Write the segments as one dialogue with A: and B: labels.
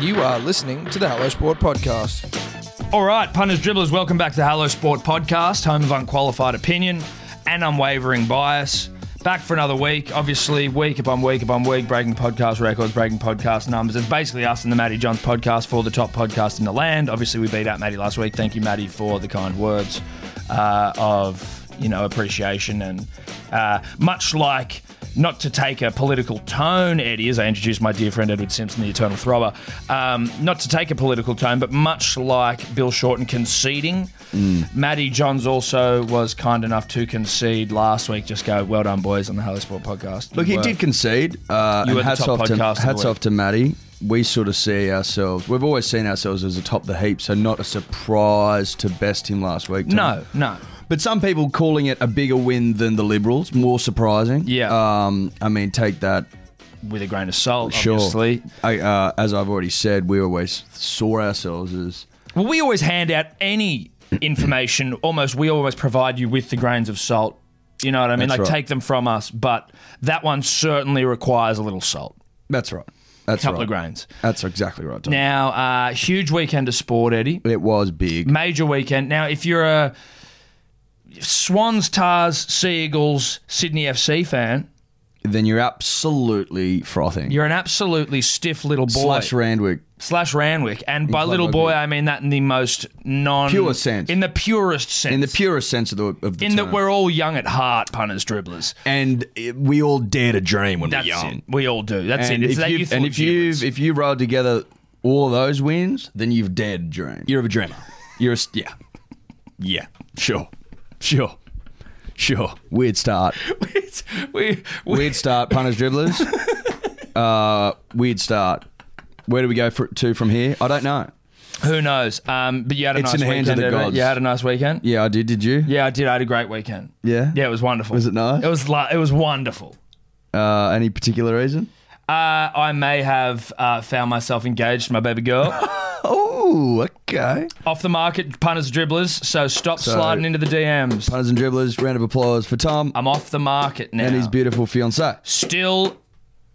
A: You are listening to the Hello Sport Podcast.
B: All right, punters, dribblers, welcome back to the Hello Sport podcast, home of unqualified opinion and unwavering bias. Back for another week, obviously, week upon week upon week, breaking podcast records, breaking podcast numbers. It's basically us and the Matty Johns podcast for the top podcast in the land. Obviously, we beat out Matty last week. Thank you, Matty, for the kind words uh, of you know appreciation and uh, much like not to take a political tone, Eddie, as I introduced my dear friend Edward Simpson, the eternal thrower, um, not to take a political tone, but much like Bill Shorten conceding, Matty Johns also was kind enough to concede last week. Just go, well done, boys, on the Hello Sport podcast.
C: Look,
B: You
C: he
B: were-
C: did concede. Uh,
B: You
C: and
B: were the
C: hats
B: top
C: off
B: podcast
C: to
B: of the
C: hats
B: week.
C: off to Matty. We sort of see ourselves. We've always seen ourselves as atop the heap, so not a surprise to best him last week. Tom.
B: No, no.
C: But some people calling it a bigger win than the Liberals, more surprising.
B: Yeah.
C: Um, I mean, take that.
B: With a grain of salt,
C: Sure.
B: obviously.
C: I, uh, as I've already said, we always saw ourselves as
B: Well, we always hand out any information. Almost, we always provide you with the grains of salt. You know what I mean?
C: That's
B: like
C: right.
B: take them from us, but that one certainly requires a little salt,
C: That's right.
B: a
C: That's
B: couple
C: right.
B: of grains.
C: That's exactly right. Tom.
B: Now, uh, huge weekend of sport, Eddie.
C: it was big.
B: Major weekend. Now, if you're a Swans, Tars, Seagulls, Sydney FC fan,
C: Then you're absolutely frothing.
B: you're an absolutely stiff little boy.
C: slash Randwick.
B: Slash Ranwick. And by little boy, I mean that in the most non.
C: Pure sense.
B: In the purest sense.
C: In the purest sense of the of the
B: in that
C: term.
B: we're all young at heart, punters, dribblers.
C: and it- we all dare to dream when
B: That's
C: we're young.
B: it. We all do. That's
C: And
B: it. It's
C: if
B: that
C: you've-
B: youthful
C: and if
B: exuberance.
C: you've if you rolled together all of those wins, then you've dared to dream. You're a dreamer. You're a s- yeah, yeah. Sure, sure, sure. Weird start.
B: It's- we, we,
C: Weird start. Punters, dribblers. Uh, weird start. Where do we go for, to from here? I don't know.
B: who knows? Um, but you had a
C: It's
B: nice
C: in the
B: weekend.
C: hands of the
B: Evan.
C: gods.
B: You had a nice weekend.
C: Yeah, I did. Did you?
B: Yeah, I did. I had a great weekend.
C: Yeah?
B: yeah, it was wonderful.
C: Was it nice?
B: It was. Lo- it was wonderful.
C: Uh, any particular reason?
B: Uh, I may have uh, found myself engaged to my baby girl
C: Oh, okay.
B: off the market. Punters, dribblers. So stop
C: So-
B: sliding into the DMs.
C: Punters and dribblers. Round of applause for Tom
B: I'm off the market now.
C: and his beautiful fiancee.
B: Still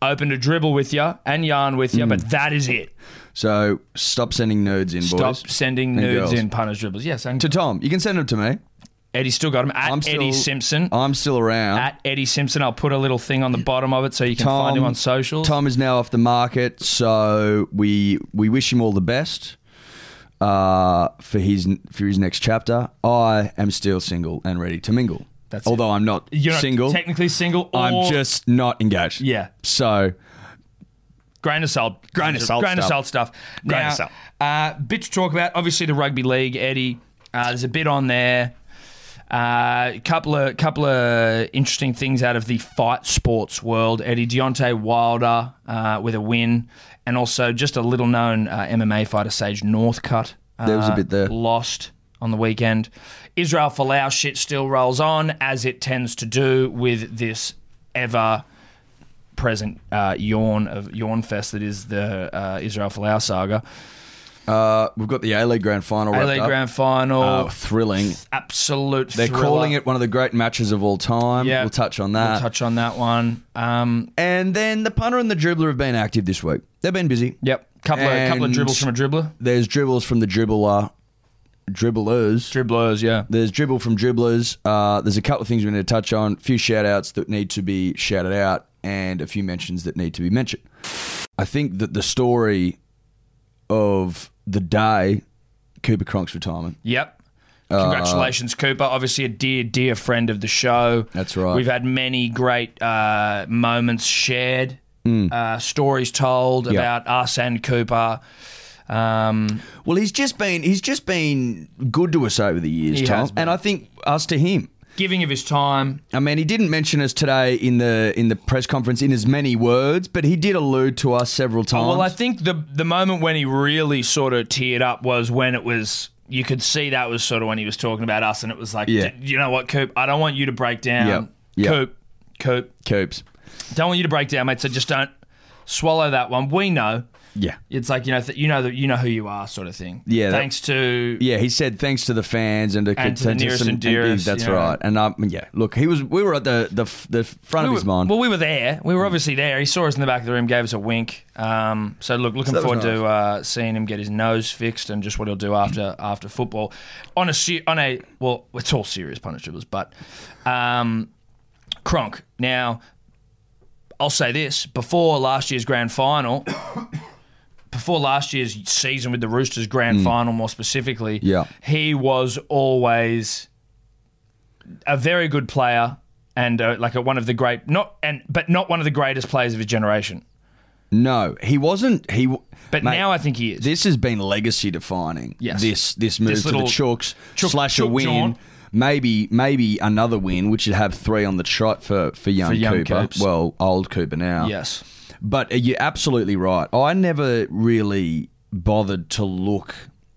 B: open to dribble with you and yarn with you, but that is it.
C: So stop sending nudes in,
B: Stop
C: Mm. boys.
B: sending
C: and
B: nudes
C: girls.
B: in punters dribbles. Yes, and
C: to Tom. You can send them to me.
B: Eddie's still got him at
C: I'm still-
B: Eddie Simpson.
C: I'm still around.
B: at Eddie Simpson, I'll put a little thing on the bottom of it so you can
C: Tom,
B: find him on socials.
C: Tom is now off the market, so we we wish him all the best uh, for his for his next chapter. I am still single and ready to mingle.
B: That's it.
C: Although I'm not
B: You're not
C: single,
B: technically single. Or
C: I'm just not engaged.
B: Yeah.
C: So
B: grain of salt,
C: Grain of salt
B: grain of
C: stuff.
B: salt stuff.
C: Grain
B: now,
C: of salt.
B: Uh, bit to talk about. Obviously, the rugby league, Eddie. Uh, there's a bit on there. A uh, couple of couple of interesting things out of the fight sports world. Eddie Deontay Wilder uh, with a win, and also just a little known uh, MMA fighter, Sage Northcutt. Uh,
C: There was a bit there.
B: Lost on the weekend. Israel Folau shit still rolls on as it tends to do with this ever present uh, yawn of yawn fest that is the uh, Israel Folau saga.
C: uh, we've got the A League Grand Final.
B: A
C: wrapped
B: League
C: up.
B: Grand Final,
C: Uh, thrilling.
B: absolute.
C: They're
B: thriller.
C: calling it one of the great matches of all time.
B: Yeah.
C: We'll touch on
B: We'll
C: that.
B: touch on that one. Um,
C: and then the punter and the dribbler have been active this week. They've been busy.
B: yep, couple of couple of
C: And-
B: dribbles from a dribbler.
C: There's dribbles from the dribbler, dribblers.
B: Dribblers, yeah.
C: There's dribble from dribblers. Uh, there's a couple of things we need to touch on. A few shout outs that need to be shouted out and a few mentions that need to be mentioned. I think that the story of the day, Cooper Cronk's retirement.
B: Yep.
C: Uh,
B: Congratulations, Cooper. Obviously, a dear, dear friend of the show.
C: That's right.
B: We've had many great uh, moments shared,
C: Hmm.
B: uh, stories told about us and Cooper. Um,
C: Well, he's just been he's just been good to us over the years,
B: He
C: Tom.
B: has been.
C: And I think us to him.
B: giving of his time.
C: I mean, he didn't mention us today in the in the press conference in as many words, but he did allude to us several times.
B: Well, I think the the moment when he really sort of teared up was when it was. You could see that was sort of when he was talking about us, and it was like,
C: Yeah.
B: "D- you know what, Coop? I don't want you to break down.
C: Yep. Yep.
B: Coop, Coop,
C: Coops.
B: don't want you to break down, mate. So just don't swallow that one. We know.
C: Yeah.
B: It's like you know, th- you know that you know who you are, sort of thing.
C: Yeah, that-
B: Thanks to
C: Yeah, he said thanks to the fans and to,
B: And to the nearest and dearest,
C: that's
B: you know.
C: right. And um, yeah, look, he was. We were at the the, f- the front
B: we
C: of
B: were,
C: his mind.
B: Well, we were there. We were obviously there. He saw us in the back of the room, gave us a wink. Um, so look, looking
C: that was
B: forward
C: nice. Mm.
B: to uh, seeing him get his nose fixed and just what he'll do after after football. On a se- on a well, it's all serious punishables, but um, Kronk. Now, I'll say this: before last year's grand final. Before last year's season with the Roosters grand final, more specifically,
C: Hmm. Yeah.
B: he was always a very good player and uh, like a, one of the great not and but not one of the greatest players of his generation.
C: no, he wasn't. He. w-
B: But
C: mate,
B: now I think he is.
C: this has been legacy defining.
B: Yes.
C: This this move to the
B: little
C: Chooks
B: Chook-
C: slash a
B: Chook
C: win.
B: jaunt.
C: Maybe maybe another win, which would have three on the trot for for young,
B: For young
C: Cooper.
B: Coops.
C: Well, old Cooper now.
B: yes.
C: But uh, you're absolutely right. I never really bothered to look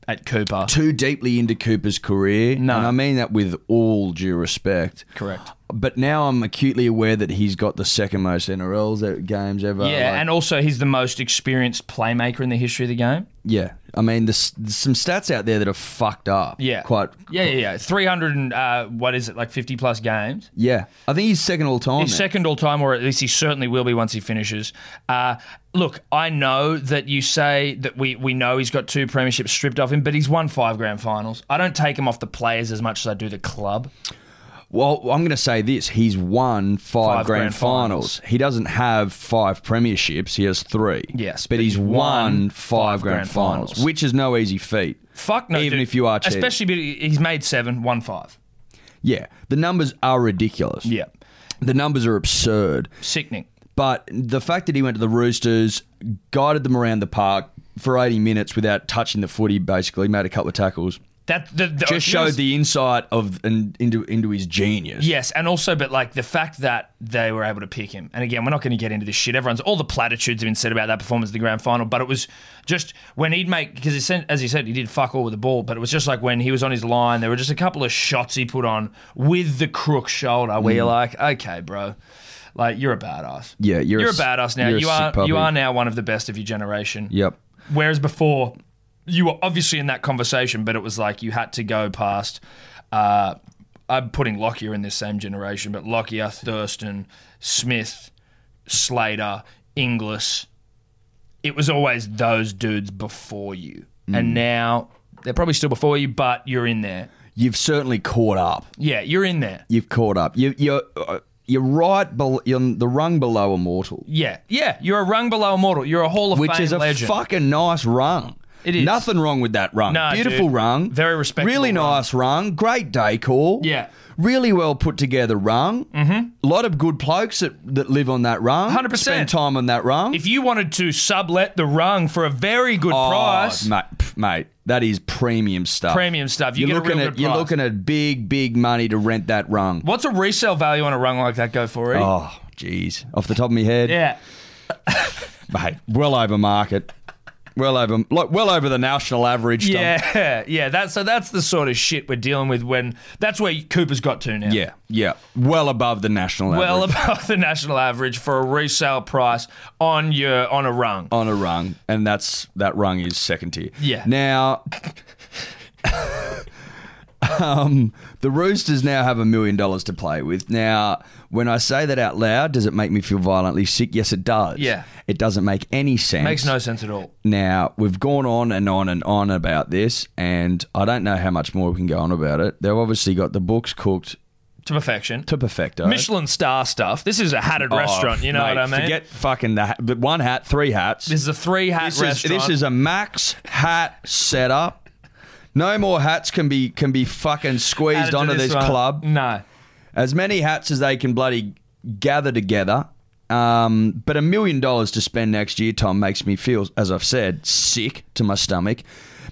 B: At Cooper.
C: too deeply into Cooper's career.
B: No.
C: And I mean that with all due respect.
B: Correct.
C: But now I'm acutely aware that he's got the second most NRLs e- games ever.
B: yeah,
C: like-
B: and also he's the most experienced playmaker in the history of the game.
C: yeah. I mean, there's, there's some stats out there that are fucked up.
B: Yeah.
C: Quite.
B: Yeah, yeah, yeah. 300 and uh, what is it? Like 50 plus games.
C: Yeah. I think he's second all time.
B: He's
C: now.
B: second all time, or at least he certainly will be once he finishes. Uh, look, I know that you say that we, we know he's got two premierships stripped off him, but he's won five grand finals. I don't take him off the players as much as I do the club.
C: Well, I'm going to say this. He's won five,
B: Five
C: grand,
B: grand
C: finals. He doesn't have five premierships. He has three.
B: Yes,
C: But,
B: but
C: he's
B: he's
C: won,
B: won
C: five
B: five
C: grand,
B: grand
C: finals,
B: finals.
C: which is no easy feat.
B: Fuck no.
C: Even
B: dude.
C: if you are cheating.
B: Especially be- he's made seven, one five.
C: Yeah. The numbers are ridiculous.
B: Yeah.
C: The numbers are absurd.
B: Sickening.
C: But the fact that he went to the Roosters, guided them around the park for 80 minutes without touching the footy, basically made a couple of tackles,
B: That the, the,
C: just showed the insight of and into into his genius.
B: Yes, and also, but like the fact that they were able to pick him, and again, we're not going to get into this shit. Everyone's all the platitudes have been said about that performance in the grand final, but it was just when he'd make because he sent, as he said, he did fuck all with the ball, but it was just like when he was on his line, there were just a couple of shots he put on with the crook shoulder, where you're like, okay, bro, like you're a badass.
C: Mm. Yeah, you're a
B: you're a,
C: s-
B: badass now.
C: you're a
B: You
C: sick
B: are
C: puppy.
B: you are now one of the best of your generation.
C: Yep.
B: Whereas before, you were obviously in that conversation, but it was like you had to go past. Uh, I'm putting Lockyer in this same generation, but Lockyer, Thurston, Smith, Slater, Inglis. It was always those dudes before you,
C: Mm.
B: and now they're probably still before you, but you're in there.
C: You've certainly caught up.
B: Yeah, you're in there.
C: You've caught up. You, you're, uh, you're right, bel you're on the rung below immortal,
B: Yeah, yeah. You're a rung below immortal. You're a Hall of
C: which
B: Fame
C: is a
B: legend.
C: fucking nice rung.
B: It is.
C: Nothing wrong with that rung.
B: No,
C: Beautiful
B: dude.
C: rung.
B: Very respectable
C: Really
B: rung.
C: nice rung. Great decor.
B: Yeah.
C: Really well put together rung. Mm-hmm. A lot of good blokes that, that live on that rung.
B: 100%.
C: Spend time on that rung.
B: If you wanted to sublet the rung for a very good
C: Oh,
B: price,
C: Mate, pff, mate, that is premium stuff.
B: Premium stuff. You
C: are
B: get a
C: looking
B: real
C: at
B: good
C: you're
B: price.
C: looking at big, big money to rent that rung.
B: What's a resale value on a rung like that go for? Eddie?
C: Oh, jeez. Off the top of my head.
B: Yeah.
C: Mate, well over market. Well over like well over the national average. Tom.
B: Yeah, yeah. That so that's the sort of shit we're dealing with when that's where Cooper's got to now.
C: Yeah. Yeah. Well above the national
B: Well
C: average.
B: above the national average for a resale price on your on a rung.
C: on a rung, and that's that rung is second tier.
B: Yeah.
C: Now, um, the Roosters now have a million dollars to play with. Now, when I say that out loud, does it make me feel violently sick? Yes, it does.
B: Yeah.
C: It doesn't make any sense.
B: Makes no sense at all.
C: Now, we've gone on and on and on about this, and I don't know how much more we can go on about it. They've obviously got the books cooked
B: To perfection.
C: to perfecto.
B: Michelin star stuff. This is a hatted
C: Oh,
B: restaurant. You know
C: mate,
B: what I mean?
C: Forget fucking the, hat- the one hat, three hats.
B: this is a three hat
C: This is,
B: restaurant.
C: this is a max hat setup. No more hats can be can be fucking
B: Added
C: squeezed
B: to
C: onto this,
B: one.
C: club.
B: No.
C: As many hats as they can bloody gather together. Um, but a million dollars to spend next year, Tom, makes me feel, as I've said, sick to my stomach.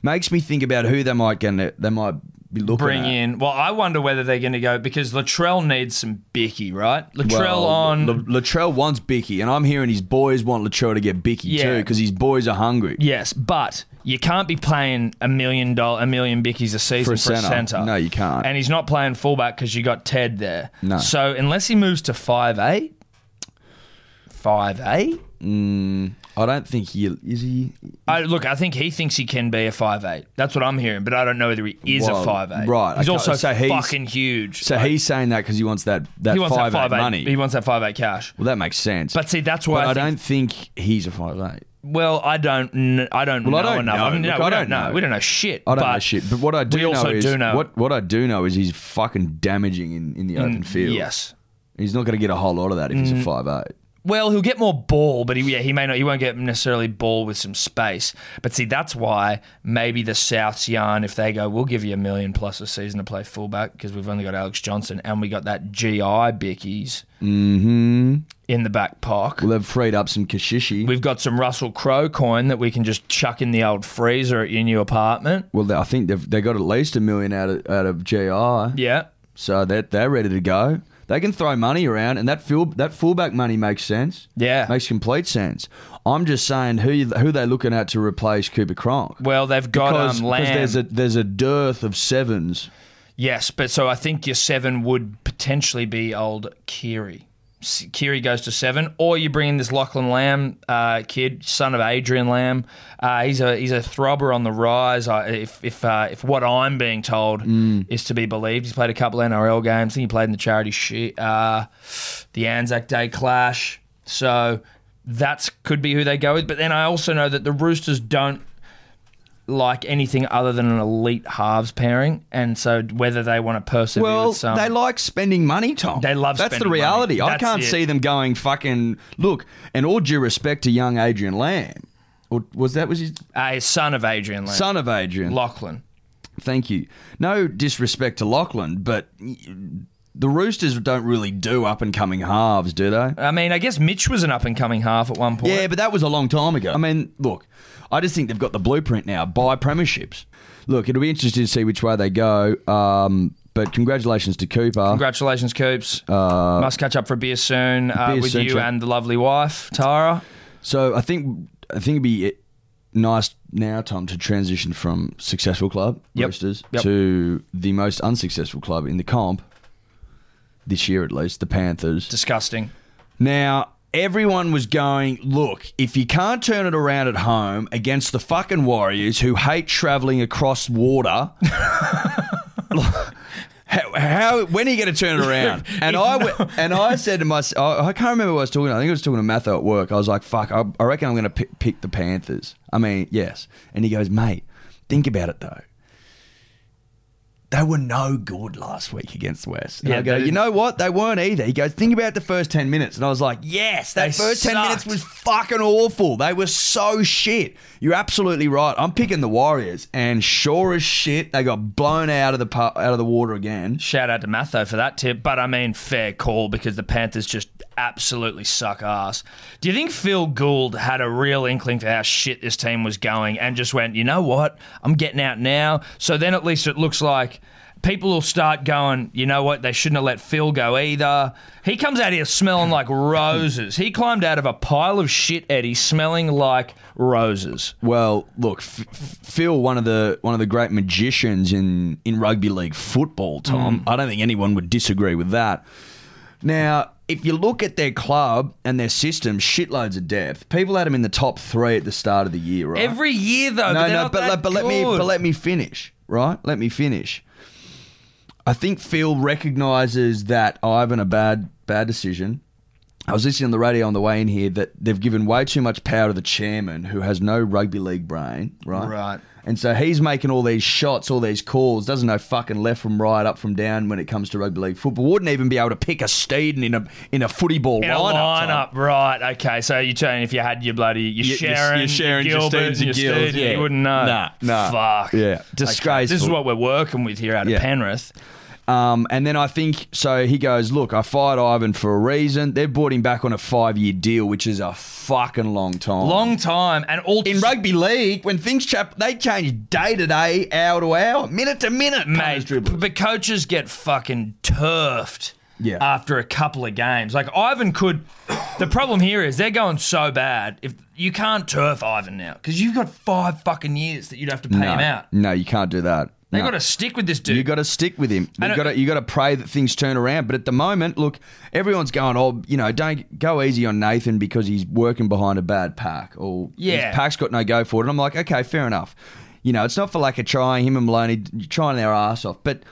C: Makes me think about who they might gonna they might be looking
B: Bring
C: at.
B: in. Well, I wonder whether they're going to go because Latrell needs some bicky, right? Latrell
C: Well,
B: on.
C: La- Latrell wants Bicky, and I'm hearing his boys want Latrell to get Bicky
B: Yeah.
C: too because his boys are hungry.
B: Yes, but you can't be playing a million dollar, a million bickies a season for a centre.
C: No, you can't.
B: And he's not playing fullback because you got Ted there.
C: No.
B: So unless he moves to five eight, five eight,
C: Mm, I don't think he is. He
B: I, look, I think he thinks he can be a five eight. That's what I'm hearing, but I don't know whether he is
C: Well,
B: a five eight.
C: right,
B: He's
C: okay,
B: also
C: so he's-
B: fucking huge.
C: so he's saying that because he wants that that
B: he wants
C: five,
B: that
C: eight
B: five
C: money.
B: eight. He wants that five eight cash.
C: well, that makes sense.
B: But see, that's
C: But
B: why
C: I,
B: I, think,
C: don't think he's a five eight.
B: Well, I don't. Kn- I don't
C: Well, I
B: know
C: don't
B: enough.
C: know.
B: I mean, no,
C: Look,
B: we
C: I
B: don't
C: don't
B: know.
C: know.
B: We don't know shit.
C: I don't
B: but
C: know shit. But what I do
B: we also
C: know is
B: do know- Mm,
C: what what I do know is he's fucking damaging in, in the open field.
B: Yes. Mm.
C: he's not going to get a whole lot of that if he's a five eight.
B: Well, he'll get more ball, but he, yeah, he may not. He won't get necessarily ball with some space. But see, that's why maybe the Souths yarn if they go, we'll give you a million plus a season to play fullback because we've only got Alex Johnson and we got that GI Bickies
C: Mm-hmm.
B: in the back park.
C: Well, they've freed up some Kashishi.
B: We've got some Russell Crowe coin that we can just chuck in the old freezer at your new apartment.
C: well, they, I think they've they got at least a million out of out of GR.
B: Yeah.
C: So they're, they're ready to go. They can throw money around, and that full, that fullback money makes sense.
B: Yeah.
C: makes complete sense. I'm just saying who you, who they looking at to replace Cooper Cronk
B: Well, they've got
C: because,
B: um,
C: because
B: Lamb.
C: there's a there's a dearth of sevens.
B: Yes, but so I think your seven would potentially be old Kiri. S- Kiri goes to seven, or you bring in this Lachlan Lamb uh, kid, son of Adrian Lamb. Uh, he's a he's a throbber on the rise. I, if if uh, if what I'm being told is to be believed, he's played a couple NRL games. I think he played in the charity shi uh, the Anzac Day clash. So that's could be who they go with. But then I also know that the Roosters don't like anything other than an elite halves pairing, and so whether they want to persevere
C: Well,
B: with some,
C: they like spending money, Tom.
B: um, They love
C: That's the
B: spending money.
C: reality. I
B: That's
C: can't
B: it.
C: see them going fucking look. And all due respect to young Adrian Lamb, or was that was his
B: a son of Adrian Lamb,
C: son of Adrian?
B: Lachlan.
C: Thank you. No disrespect to Lachlan, but the Roosters don't really do up and coming halves, do they?
B: I mean, I guess Mitch was an up and coming half at one point.
C: Yeah, but that was a long time ago. I mean, look, I just think they've got the blueprint now. Buy premierships. Look, it'll be interesting to see which way they go. Um, but congratulations to Cooper.
B: Congratulations, Coops. Must catch up for a beer soon uh,
C: Uh, beer
B: with
C: soon,
B: you
C: sure.
B: and the lovely wife, Tara.
C: so I think I think it'd be nice now, Tom, to transition from successful club
B: Yep.
C: Roosters
B: Yep.
C: to the most unsuccessful club in the comp this year, at least, the Panthers.
B: Disgusting.
C: Now, everyone was going, look, if you can't turn it around at home against the fucking Warriors who hate traveling across water. How, how when are you going to turn it around? And I went- and I said to myself, I can't remember what I was talking. to. I think I was talking to Matho at work. I was like, "Fuck, I, I reckon I'm going to pick, pick the Panthers." I mean, yes. And he goes, "Mate, think about it though. They were no good last week against West." And
B: Yeah,
C: I go,
B: they
C: "You
B: didn't-
C: know what? They weren't either." He goes, "Think about the first ten minutes," and I was like, "Yes, that
B: They
C: first ten minutes
B: sucked.
C: was fucking awful. They were so shit. You're absolutely right. I'm picking the Warriors, and sure as shit, they got blown out of the pu- out of the water again.
B: Shout out to Matho for that tip, but I mean, fair call because the Panthers just absolutely suck ass. Do you think Phil Gould had a real inkling for how shit this team was going and just went, you know what? I'm getting out now. So then at least it looks like people will start going, you know what? They shouldn't have let Phil go either. He comes out here smelling like roses. He climbed out of a pile of shit, Eddie, smelling like roses.
C: Well, look, F- F- Phil, one of the one of the great magicians in in rugby league football. Tom, I don't think anyone would disagree with that. Now, if you look at their club and their system, shitloads of depth. People had them in the top three at the start of the year, right?
B: Every year, though.
C: no,
B: but
C: no,
B: no,
C: but, let, but let me but let me finish, right? Let me finish. I think Phil recognizes that Ivan a bad bad decision. I was listening on the radio on the way in here that they've given way too much power to the chairman who has no rugby league brain, right?
B: Right.
C: And so he's making all these shots, all these calls, doesn't know fucking left from right, up from down when it comes to rugby league football. Wouldn't even be able to pick a Steeden in a in a footy ball
B: In a
C: lineup. Tom.
B: lineup, right? Okay, so you're saying if you had your bloody your
C: You- your- your
B: Sharon,
C: Sharon, your
B: your Gilbert,
C: Steens and
B: your
C: Gills,
B: Steed,
C: yeah.
B: you wouldn't know.
C: Nah, nah.
B: fuck.
C: Yeah.
B: Okay, This is
C: Disgraceful.
B: what we're working with here out of
C: Yeah.
B: Penrith.
C: Um, and then I think so. He goes, look, I fired Ivan for a reason. They've brought him back on a five-year deal, which is a fucking long time.
B: Long time and all
C: in rugby league when things chap they change day to day, hour to hour, minute to minute. punters,
B: mate.
C: dribblers.
B: But coaches get fucking turfed.
C: Yeah.
B: After a couple of games, like Ivan could. The problem here is they're going so bad. If you can't turf Ivan now, because you've got five fucking years that you'd have to pay
C: no,
B: him out.
C: no, you can't do that.
B: They
C: No.
B: got to stick with this dude.
C: You got to stick with him.
B: And
C: You
B: it-
C: got to you got to pray that things turn around. But at the moment, look, everyone's going, oh, you know, don't go easy on Nathan because he's working behind a bad pack or
B: Yeah.
C: his pack's got no go for it. And I'm like, okay, fair enough. You know, it's not for lack of trying. Him and Maloney trying their ass off, but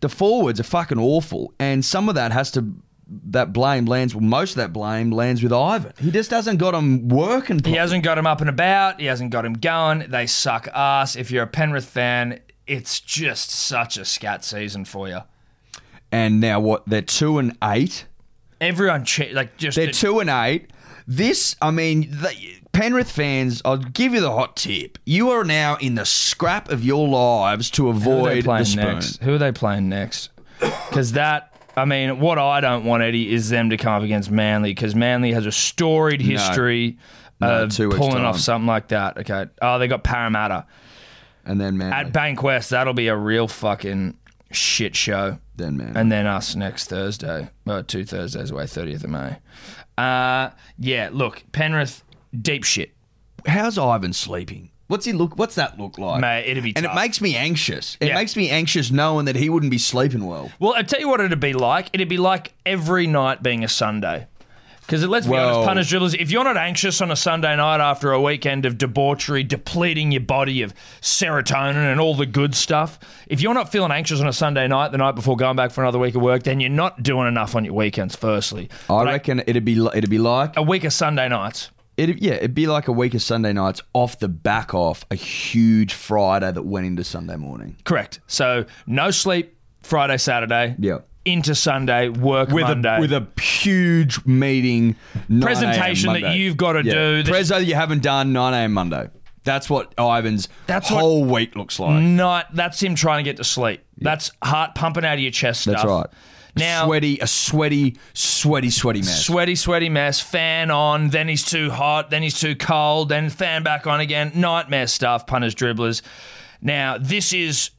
C: the forwards are fucking awful, and some of that has to. That blame lands, well, most of that blame lands with Ivan. He just hasn't got him working.
B: he hasn't got him up and about. He hasn't got him going. They suck ass. If you're a Penrith fan, it's just such a scat season for you.
C: And now what? They're two and eight.
B: Everyone, che- like, just
C: They're two and eight. This, I mean, the, Penrith fans, I'll give you the hot tip. You are now in the scrap of your lives to
B: Who are they
C: avoid the
B: playing
C: spoon.
B: next? Who are they playing next? Because that, I mean, what I don't want, Eddie, is them to come up against Manly because Manly has a storied history
C: No,
B: of
C: two weeks'
B: pulling off
C: time.
B: something like that. Okay. Oh, they got Parramatta.
C: And then man,
B: At Bankwest, that'll be a real fucking shit show.
C: then man,
B: And then us next Thursday, well, two Thursdays away, 30th of May. Uh, yeah, look, Penrith, deep shit.
C: how's Ivan sleeping? What's he look? What's that look like?
B: Mate, it'd be
C: and
B: tough.
C: it makes me anxious. It
B: Yeah.
C: makes me anxious knowing that he wouldn't be sleeping well.
B: Well, I tell you what it'd be like. It'd be like every night being a Sunday. Because let's be
C: Well-
B: honest, punters, dribblers, if you're not anxious on a Sunday night after a weekend of debauchery, depleting your body of serotonin and all the good stuff, if you're not feeling anxious on a Sunday night, the night before going back for another week of work, then you're not doing enough on your weekends, firstly.
C: I
B: But a-
C: reckon it'd be li- it'd be like
B: a week of Sunday nights.
C: it yeah it'd be like a week of Sunday nights off the back off a huge Friday that went into Sunday morning.
B: Correct. So no sleep Friday, Saturday.
C: Yeah.
B: Into Sunday, work
C: with
B: Monday.
C: a with a huge meeting 9 a.m.
B: Presentation that
C: Monday.
B: you've gotta do that-
C: Prezo that you haven't done nine a.m. Monday. That's what Ivan's
B: That's what- Mm.
C: whole week looks like.
B: Not that's him trying to get to sleep. That's heart pumping out of your chest stuff.
C: That's right.
B: Now
C: sweaty, a sweaty, sweaty, sweaty mess.
B: sweaty, sweaty mess. Fan on, then he's too hot, then he's too cold, then fan back on again. Nightmare stuff, punters, dribblers. Now this is,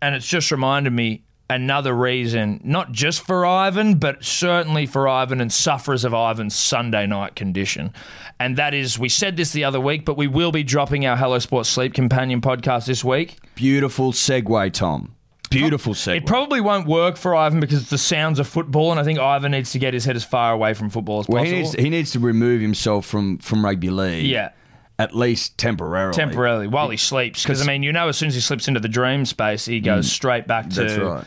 B: and it's just reminded me another reason, not just for Ivan, but certainly for Ivan and sufferers of Ivan's Sunday night condition, and that is we said this the other week, but we will be dropping our Hello Sports Sleep Companion podcast this week.
C: Beautiful segue, Tom. Beautiful segue.
B: It probably won't work for Ivan because it's the sounds of football, and I think Ivan needs to get his head as far away from football as
C: well, he
B: possible.
C: needs, he needs to remove himself from from rugby league.
B: Yeah.
C: At least temporarily.
B: temporarily while he sleeps, because I mean, you know, as soon as he slips into the dream space, he goes straight back to
C: Mm. That's right.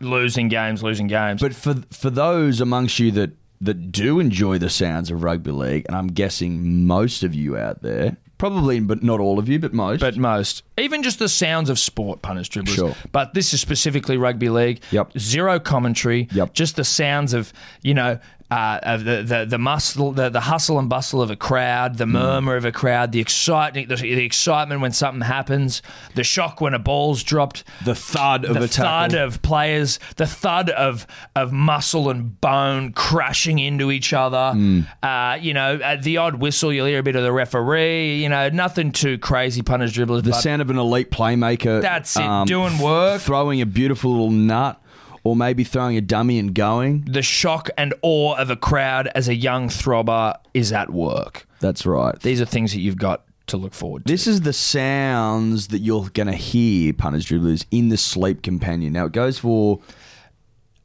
B: losing games, losing games.
C: But for for those amongst you that that do enjoy the sounds of rugby league, and I'm guessing most of you out there, probably but not all of you, but most.
B: but most, even just the sounds of sport, punters, dribblers.
C: Sure.
B: But this is specifically rugby league.
C: Yep.
B: Zero commentary.
C: Yep.
B: Just the sounds of you know uh, of the, the the muscle, the, the hustle and bustle of a crowd, the
C: Mm.
B: murmur of a crowd, the excitement, the, the excitement when something happens, the shock when a ball's dropped,
C: the thud of
B: the
C: a tackle.
B: thud of players, the thud of of muscle and bone crashing into each other.
C: Hmm.
B: Uh, you know, uh, the odd whistle. You'll hear a bit of the referee. You know, nothing too crazy. Punters, dribblers.
C: the
B: but
C: sound of an elite playmaker. um,
B: That's it, doing work.
C: throwing a beautiful little nut, or maybe throwing a dummy and going.
B: the shock and awe of a crowd as a young throbber is at work.
C: That's right.
B: These are things that you've got to look forward to.
C: This is the sounds that you're gonna hear, punters, dribblers, in the sleep companion. Now it goes for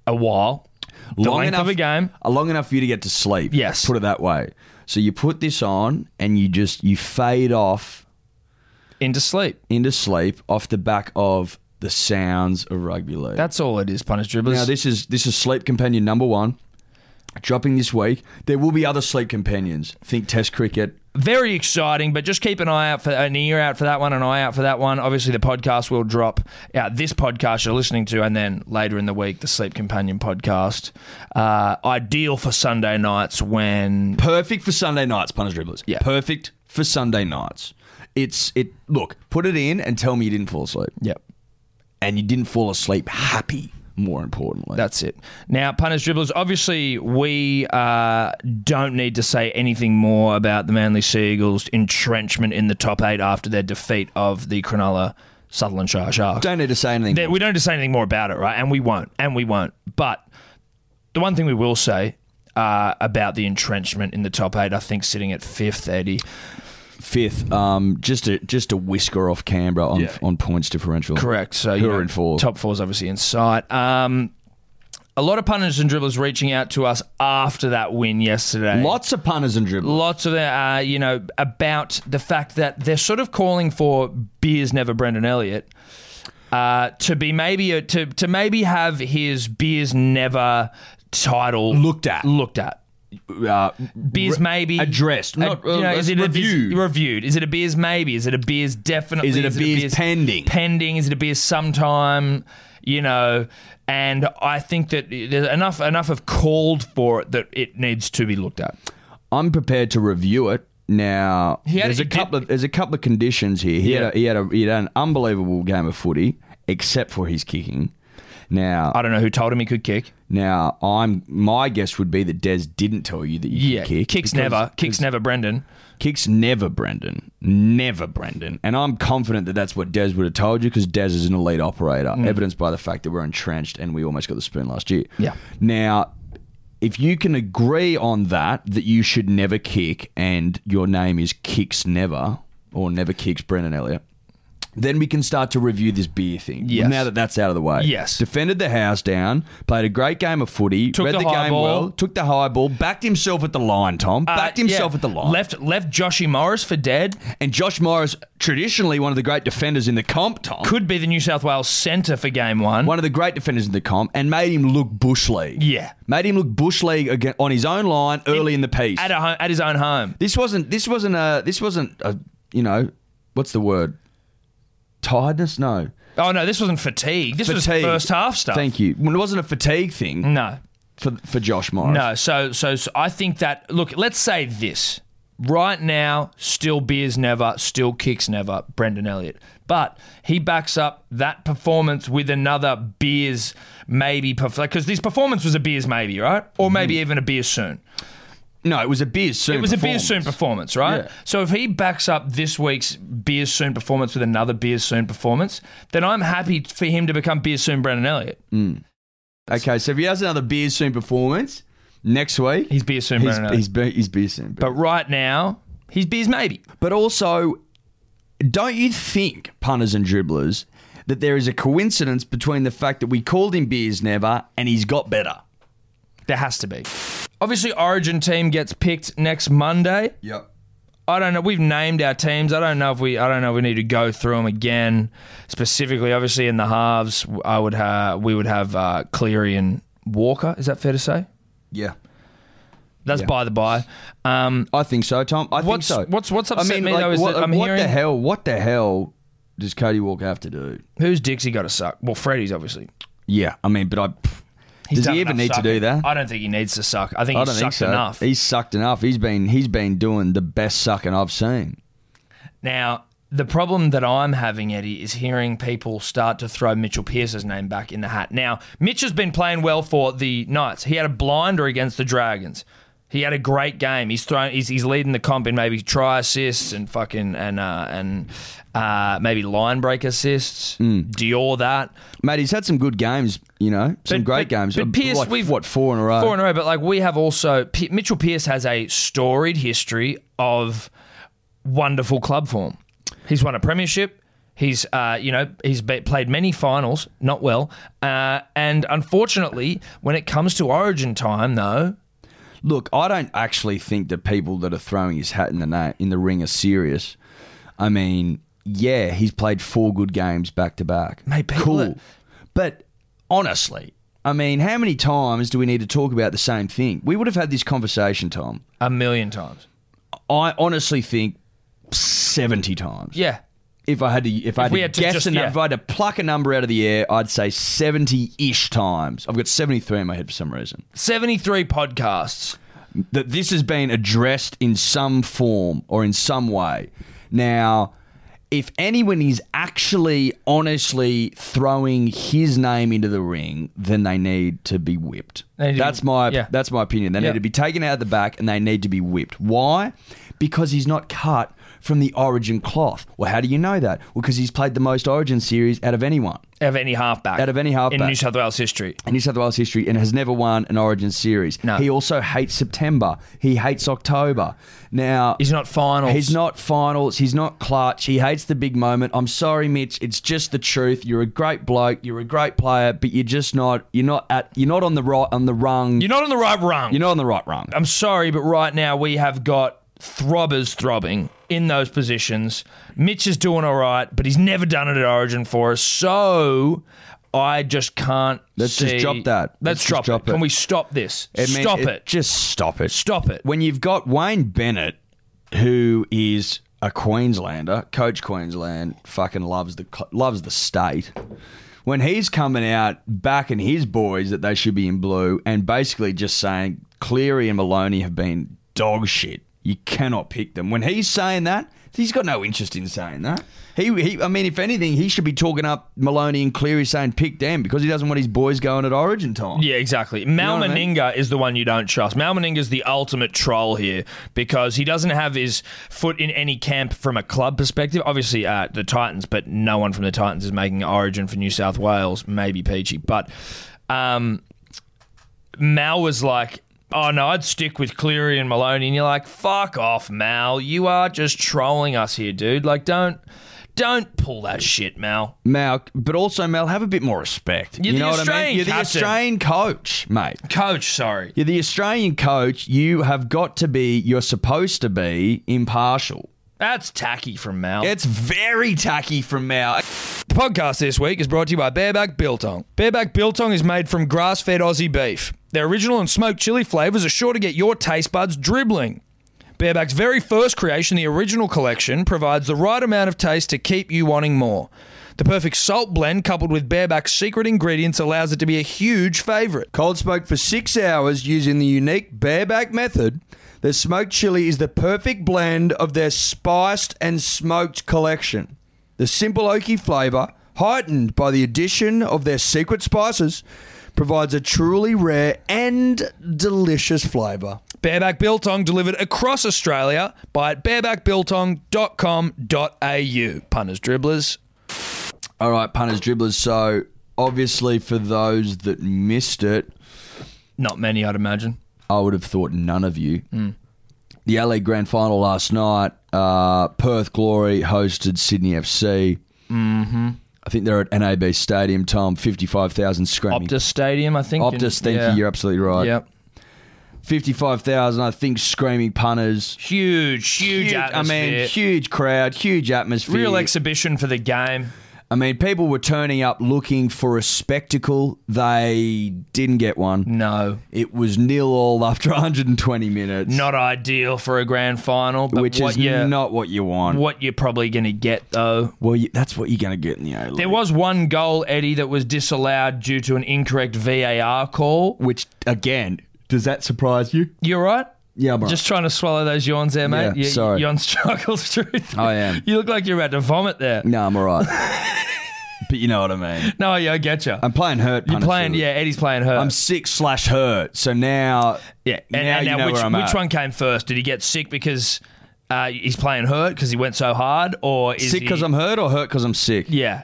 B: A while, the
C: long
B: length
C: enough
B: of a game.
C: uh, long enough for you to get to sleep.
B: Yes.
C: put it that way. So you put this on and you just you fade off
B: into sleep.
C: into sleep off the back of the sounds of rugby league.
B: That's all it is, punters, dribblers.
C: now this is this is sleep companion number one, dropping this week. There will be other sleep companions. Think Test cricket.
B: very exciting, but just keep an eye out for an ear out for that one, an eye out for that one. Obviously, the podcast will drop out this podcast you're listening to, and then later in the week, the Sleep Companion podcast. Uh, ideal for Sunday nights when
C: Perfect for Sunday nights, punters dribblers.
B: Yeah.
C: perfect for Sunday nights. It's it. Look, put it in and tell me you didn't fall asleep,
B: yep.
C: and you didn't fall asleep happy. More importantly,
B: That's it. Now, punters, dribblers, obviously, we uh, don't need to say anything more about the Manly Seagulls' entrenchment in the top eight after their defeat of the Cronulla Sutherland Shire Sharks.
C: don't need to say anything.
B: There- we don't need to say anything more about it, right? And we won't. And we won't. But the one thing we will say uh, about the entrenchment in the top eight, I think sitting at fifth, Eddie,
C: fifth, um, just a just a whisker off Canberra on,
B: Yeah.
C: on points differential.
B: Correct. So
C: Who
B: you
C: are
B: know,
C: in fourth?
B: Top four is obviously in sight. Um, a lot of punters and dribblers reaching out to us after that win yesterday.
C: Lots of punters and dribblers.
B: Lots of, uh, you know, about the fact that they're sort of calling for beers never Brendan Elliott uh, to be maybe a, to to maybe have his beers never title
C: Looked at.
B: looked at.
C: Uh,
B: Beers maybe
C: addressed,
B: A-
C: not, uh,
B: is it A,
C: reviewed.
B: is, reviewed? Is it a beers maybe? Is it a beers definitely?
C: Is it a beers pending?
B: Pending? Is it a beers sometime? You know, and I think that there's enough enough have called for it that it needs to be looked at.
C: I'm prepared to review it now.
B: He had-
C: there's a
B: he did-
C: couple of there's a couple of conditions here. He
B: Yeah.
C: had a, he had a, he had an unbelievable game of footy, except for his kicking. Now,
B: I don't know who told him he could kick.
C: now I'm my guess would be that Des didn't tell you that you
B: Yeah,
C: could kick.
B: kicks
C: because-
B: never, kicks never, Brendan.
C: Kicks never Brendan. Never Brendan. And I'm confident that that's what Des would have told you because Des is an elite operator,
B: Mm.
C: evidenced by the fact that we're entrenched and we almost got the spoon last year.
B: Yeah.
C: Now, if you can agree on that, that you should never kick and your name is Kicks Never or Never Kicks Brendan Elliott. Then we can start to review this beer thing.
B: Yes.
C: Now that that's out of the way.
B: Yes.
C: Defended the house down, played a great game of footy,
B: Took
C: read
B: the
C: the,
B: high
C: game
B: ball.
C: well, took the high ball, backed himself at the line, Tom.
B: Uh,
C: Backed himself
B: yeah.
C: at the line.
B: Left left Joshy Morris for dead.
C: And Josh Morris, traditionally one of the great defenders in the comp, Tom.
B: Could be the New South Wales centre for game one.
C: One of the great defenders in the comp, and made him look bush league.
B: Yeah.
C: made him look bush league aga on his own line early in the piece.
B: At a home, at his own home.
C: this wasn't. This wasn't a. This wasn't a. You know, what's the word? Tiredness? No.
B: Oh no, this wasn't fatigue. This was
C: Fatigue.
B: first half stuff.
C: Thank you. Well, it wasn't a fatigue thing
B: No,
C: for for Josh Morris.
B: No, so, so so I think that look, let's say this. Right now, still beers never, still kicks never, Brendan Elliott. But he backs up that performance with another beers maybe because this performance was a beers maybe, right? Or
C: Mm-hmm.
B: maybe even a beers soon.
C: no, it was a beer soon.
B: It was a beers
C: performance.
B: soon performance, right?
C: Yeah.
B: So if he backs up this week's beers soon performance with another beers soon performance, then I'm happy for him to become beers soon Brendan Elliott.
C: Mm. Okay, so if he has another beer soon performance next week,
B: He's beers soon
C: he's
B: Brendan Elliott.
C: he's, be- he's beer soon.
B: but right now, he's beers maybe.
C: But also, don't you think, punters and dribblers, that there is a coincidence between the fact that we called him Beers Never and he's got better?
B: There has to be. Obviously, Origin team gets picked next Monday.
C: Yep.
B: I don't know. We've named our teams. I don't know if we. I don't know. If we need to go through them again specifically. Obviously, in the halves, I would have. We would have uh, Cleary and Walker. Is that fair to say?
C: Yeah.
B: That's
C: Yeah.
B: by the by. Um,
C: I think so, Tom. I
B: What's-
C: think so.
B: what's- what's upset me, though, is
C: what,
B: that I'm
C: what the
B: hearing-
C: hell? What the hell does Cody Walker have to do?
B: who's Dixie got to suck? Well, Freddie's obviously.
C: Yeah, I mean, but I.
B: He's
C: does
B: done
C: he even
B: enough
C: need
B: sucking.
C: to do that?
B: I don't think he needs to suck. I think
C: I
B: he's sucked enough.
C: He's sucked enough. He's been he's been doing the best sucking I've seen.
B: Now, the problem that I'm having, Eddie, is hearing people start to throw Mitchell Pearce's name back in the hat. Now, Mitch has been playing well for the Knights. He had a blinder against the Dragons. He had a great game. He's thrown. He's, he's leading the comp in maybe try assists and fucking and uh, and uh, maybe line break assists. Dior that
C: Mate, he's had some good games, you know, some
B: But- but-
C: great games.
B: But Pierce,
C: Like,
B: we've
C: what four in a row?
B: Four in a row. But like we have also P- Mitchell Pierce has a storied history of wonderful club form. He's won a premiership. He's uh, you know he's be- played many finals, not well. Uh, and unfortunately, when it comes to Origin time, though,
C: Look, I don't actually think that people that are throwing his hat in the na- in the ring are serious. I mean, yeah, he's played four good games back to back.
B: Mate, people
C: cool.
B: are-
C: But honestly, I mean, how many times do we need to talk about the same thing? We would have had this conversation, Tom.
B: a million times.
C: I honestly think seventy times.
B: Yeah,
C: If I had to, if I had
B: we
C: to
B: had to
C: guess
B: just-
C: a number,
B: yeah.
C: if I had to pluck a number out of the air, I'd say seventy-ish times. I've got seventy-three in my head for some reason.
B: seventy-three podcasts.
C: that this has been addressed in some form or in some way. Now, if anyone is actually honestly throwing his name into the ring, then they need to be whipped.
B: They need to
C: That's
B: be-
C: my
B: yeah.
C: that's my opinion. They
B: Yeah.
C: need to be taken out the back and they need to be whipped. Why? Because he's not cut from the Origin cloth. Well, how do you know that? Well, because he's played the most Origin series out of anyone
B: Out of any halfback.
C: Out of any
B: In
C: halfback.
B: New South Wales history.
C: in New South Wales history and has never won an Origin series.
B: No.
C: He also hates September. He hates October. Now
B: He's not finals.
C: He's not finals. He's not clutch. He hates the big moment. I'm sorry, Mitch. It's just the truth. You're a great bloke. You're a great player, but you're just not. You're not at. You're not on the right on the rung.
B: You're not on the right rung.
C: You're not on the right rung.
B: I'm sorry, but right now we have got throbbers throbbing in those positions. Mitch is doing all right, but he's never done it at Origin for us. So I just can't.
C: Let's just
B: see-
C: drop that.
B: Let's,
C: Let's just
B: drop,
C: drop
B: it.
C: it.
B: Can we stop this?
C: mean,
B: stop it.
C: Just stop it.
B: Stop it.
C: When you've got Wayne Bennett, who is a Queenslander, coach Queensland, fucking loves the co- loves the state. When he's coming out backing his boys that they should be in blue, and basically just saying Cleary and Maloney have been dog shit. You cannot pick them. When he's saying that, he's got no interest in saying that. He, he, I mean, if anything, he should be talking up Maloney and Cleary, saying pick them because he doesn't want his boys going at Origin time.
B: Yeah, exactly. Mal
C: what I mean?
B: Meninga is the one you don't trust. Mal Meninga's the ultimate troll here because he doesn't have his foot in any camp from a club perspective. Obviously, uh, the Titans, but no one from the Titans is making Origin for New South Wales. Maybe Peachy, but um, Mal was like. Oh no, I'd stick with Cleary and Maloney, and you're like, "Fuck off, Mal! You are just trolling us here, dude. Like, don't, don't pull that shit, Mal.
C: Mal, but also Mal, have a bit more respect.
B: You're
C: you
B: the
C: know what I
B: Australian
C: mean? You're the
B: captain.
C: Australian coach, mate.
B: Coach, sorry.
C: You're the Australian coach. You have got to be. You're supposed to be impartial.
B: That's tacky from Mal.
C: It's very tacky from Mal.
B: The podcast this week is brought to you by Bareback Biltong. Bareback Biltong is made from grass fed Aussie beef. Their original and smoked chili flavours are sure to get your taste buds dribbling. Bareback's very first creation, the original collection, provides the right amount of taste to keep you wanting more. The perfect salt blend coupled with Bareback's secret ingredients allows it to be a huge favourite.
C: Cold smoked for six hours using the unique bareback method. Their smoked chili is the perfect blend of their spiced and smoked collection. The simple oaky flavor, heightened by the addition of their secret spices, provides a truly rare and delicious flavor.
B: Bareback Biltong delivered across Australia by barebackbiltong.com.au. Punters, dribblers,
C: All right, punters, dribblers. So, obviously, for those that missed it,
B: not many, I'd imagine.
C: I would have thought none of you.
B: Mm.
C: The LA Grand Final last night, uh, Perth Glory hosted Sydney FC. Mm-hmm. I think they're at NAB Stadium, Tom. 55,000 screaming.
B: Optus Stadium, I think.
C: Optus, thank you. You're absolutely right.
B: Yep.
C: 55,000, I think, screaming punters.
B: Huge, huge,
C: I
B: atmosphere.
C: mean, huge crowd, huge atmosphere.
B: real exhibition for the game.
C: I mean, people were turning up looking for a spectacle. They didn't get one.
B: No,
C: It was nil all after 120 minutes,
B: not ideal for a grand final, but
C: which
B: what
C: is
B: you
C: not what you want.
B: what you're probably going to get though.
C: well, you, that's what you're going to get in the A
B: There
C: League,
B: was one goal, Eddie, that was disallowed due to an incorrect VAR call.
C: which again, does that surprise you?
B: You're right.
C: Yeah, I'm
B: Just trying to swallow those yawns there, mate.
C: Yeah,
B: You-
C: sorry.
B: Yawn struggles through. them.
C: I am. Mm.
B: You look like you're about to vomit there.
C: No, I'm all right. but you know what I mean.
B: No, yeah, I get you.
C: I'm playing hurt.
B: You're playing, yeah. Eddie's playing her.
C: I'm sick slash hurt. So now,
B: Yeah, and,
C: now
B: and
C: you know
B: which,
C: where I'm
B: which
C: at.
B: one came first? Did he get sick because uh, he's playing hurt because he went so hard, or is
C: Sick
B: he-
C: because I'm hurt or hurt because I'm sick?
B: yeah?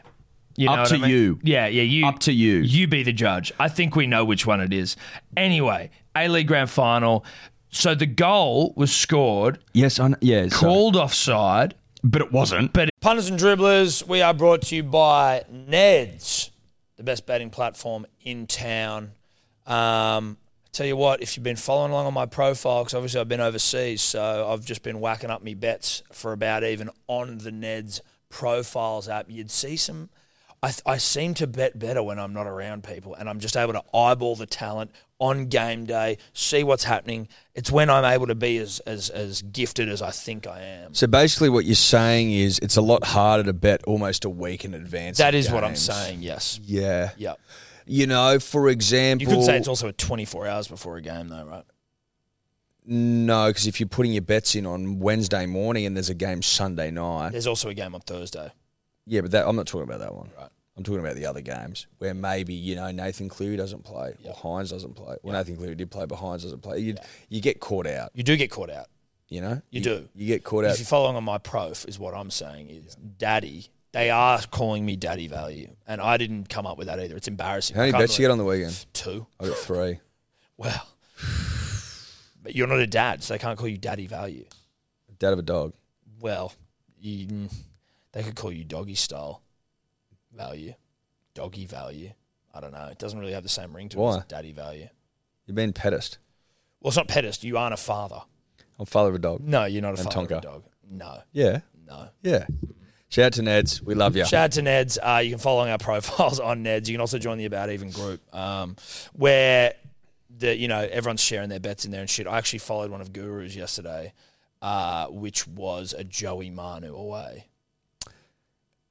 B: You know
C: Up
B: what
C: to
B: I mean?
C: you.
B: Yeah, yeah. You
C: Up to you.
B: You be the judge. I think we know which one it is. Anyway, A League Grand Final. So the goal was scored,
C: Yes, I know. Yeah, sorry.
B: called offside.
C: But it wasn't.
B: But punters and dribblers, we are brought to you by Neds, the best betting platform in town. Um, tell you what, if you've been following along on my profile, because obviously I've been overseas, so I've just been whacking up me bets for about even on the Neds profiles app. You'd see some. I, I seem to bet better when I'm not around people and I'm just able to eyeball the talent on game day, see what's happening. It's when I'm able to be as, as, as gifted as I think I am.
D: So basically, what you're saying is it's a lot harder to bet almost a week in advance.
B: That
D: of
B: is what I'm
D: games.
B: saying. Yes.
D: Yeah.
B: Yeah.
D: You know, for
B: You
D: example,
B: could say it's also a 24 hours before a game, though, right?
D: no, because if you're putting your bets in on Wednesday morning and there's a game Sunday night,
B: There's also a game on Thursday.
D: yeah, but that, I'm not talking about that one. Right. I'm talking about the other games where maybe you know Nathan Cleary doesn't play or Hines doesn't play. Well, Nathan Cleary did play, but Hines doesn't play. You you get caught out.
B: You do get caught out.
C: You know,
B: You do.
C: You get caught
B: If
C: out.
B: you're following on my prof, is what I'm saying is daddy. They are calling me daddy value, and I didn't come up with that either. It's embarrassing.
C: How many bets you get on the weekend?
B: Two.
C: I got three.
B: Well, but you're not a dad, so they can't call you daddy value.
C: Dad of a dog.
B: Well, you, mm, they could call you doggy style value, doggy value. I don't know. It doesn't really have the same ring to it
C: Why?
B: as daddy value.
C: You've been pedest.
B: Well, it's not pedest. You aren't a father.
C: I'm father of a dog.
B: No, you're not a
C: And
B: father of
C: Tonka.
B: a dog. No,
C: Yeah,
B: no.
C: yeah. Shout out to Neds. We love you.
B: Shout out to Neds. Uh, you can follow our profiles on Neds. You can also join the About Even group, um, where the you know everyone's sharing their bets in there and shit. I actually followed one of Guru's yesterday, uh, which was a Joey Manu away.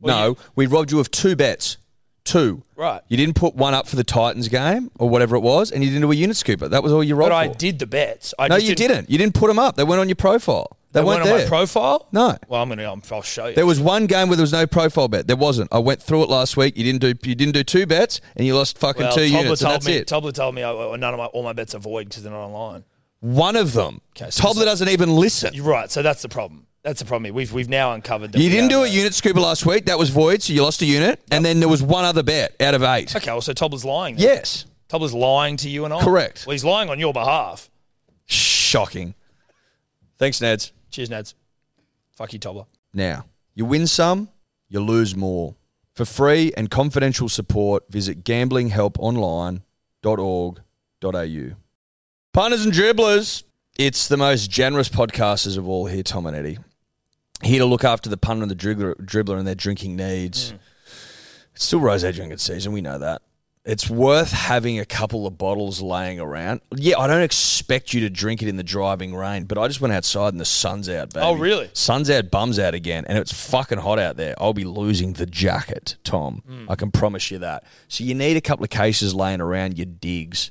C: no, we robbed you of two bets. Two.
B: Right.
C: You didn't put one up for the Titans game or whatever it was, and you didn't do a unit scooper. That was all you robbed
B: But I
C: for.
B: did the bets. I
C: no,
B: just
C: you didn't. You didn't put them up. They weren't on your profile. They,
B: They weren't
C: weren't
B: on
C: there.
B: my profile.
C: No.
B: Well, I'm gonna. I'm, I'll show you.
C: There was one game where there was no profile bet. There wasn't. I went through it last week. You didn't do. You dn't do two bets, and you lost fucking
B: well,
C: two
B: Tobler
C: units. and
B: told
C: that's
B: me.
C: it.
B: Tobler told me I, none of my all my bets are void because they're not online.
C: one of them.
B: Okay, so
C: Tobler
B: it's-
C: doesn't even listen.
B: You're right. So that's the problem. That's the problem. here. We've we've now uncovered. That
C: You
B: we
C: didn't
B: are
C: do a
B: the-
C: unit scooper last week. That was void, so you lost a unit. And then there was one other bet out of eight.
B: Okay. Well, so Tobler's lying. Then.
C: Yes.
B: Tobler's lying to you and I.
C: Correct.
B: Well, he's lying on your behalf.
C: Shocking. Thanks, Neds.
B: Cheers, Nads. Fuck you, Tobler.
C: Now, you win some, you lose more. For free and confidential support, visit gamblinghelponline.org.au. Punters and dribblers, it's the most generous podcasters of all here, Tom and Eddie. Here to look after the punter and the dribbler, dribbler and their drinking needs.
B: Hmm.
C: It's still rosé drinking season, we know that. It's worth having a couple of bottles laying around. Yeah, I don't expect you to drink it in the driving rain, but I just went outside and the sun's out, baby.
B: Oh, really?
C: Sun's out, bums out again, and it's fucking hot out there. I'll be losing the jacket, Tom.
B: Hmm.
C: I can promise you that. So you need a couple of cases laying around your digs.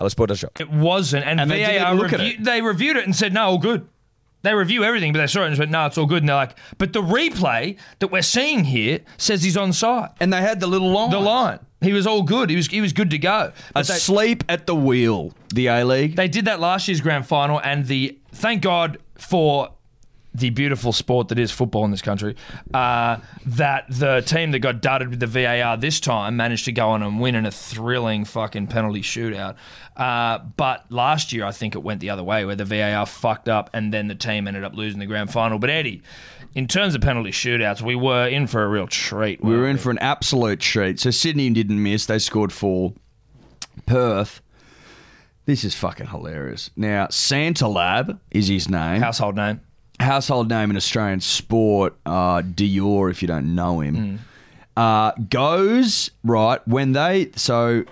C: Hellosport.shop.
E: It wasn't. And,
A: And they didn't
E: VAR
A: look at
E: review-
A: it.
E: they reviewed it and said, no, all good. They review everything, but they saw it and said, no, it's all good. And they're like, but the replay that we're seeing here says he's on side.
A: And they had the little line.
E: The line. He was all good. He was he was good to go. But they-
A: Asleep at the wheel, the A League.
E: They did that last year's grand final, and the thank God for the beautiful sport that is football in this country. Uh, that the team that got dudded with the VAR this time managed to go on and win in a thrilling fucking penalty shootout. Uh, but last year, I think it went the other way, where the VAR fucked up, and then the team ended up losing the grand final. But Eddie, in terms of penalty shootouts, we were in for a real treat.
A: We were
E: weren't
A: in for an absolute treat. So Sydney didn't miss. They scored four. Perth. This is fucking hilarious. Now, Santa Lab is his name.
E: we? household name.
A: Household name in Australian sport, uh, Dior, if you don't know him. Uh, goes, right, when they. So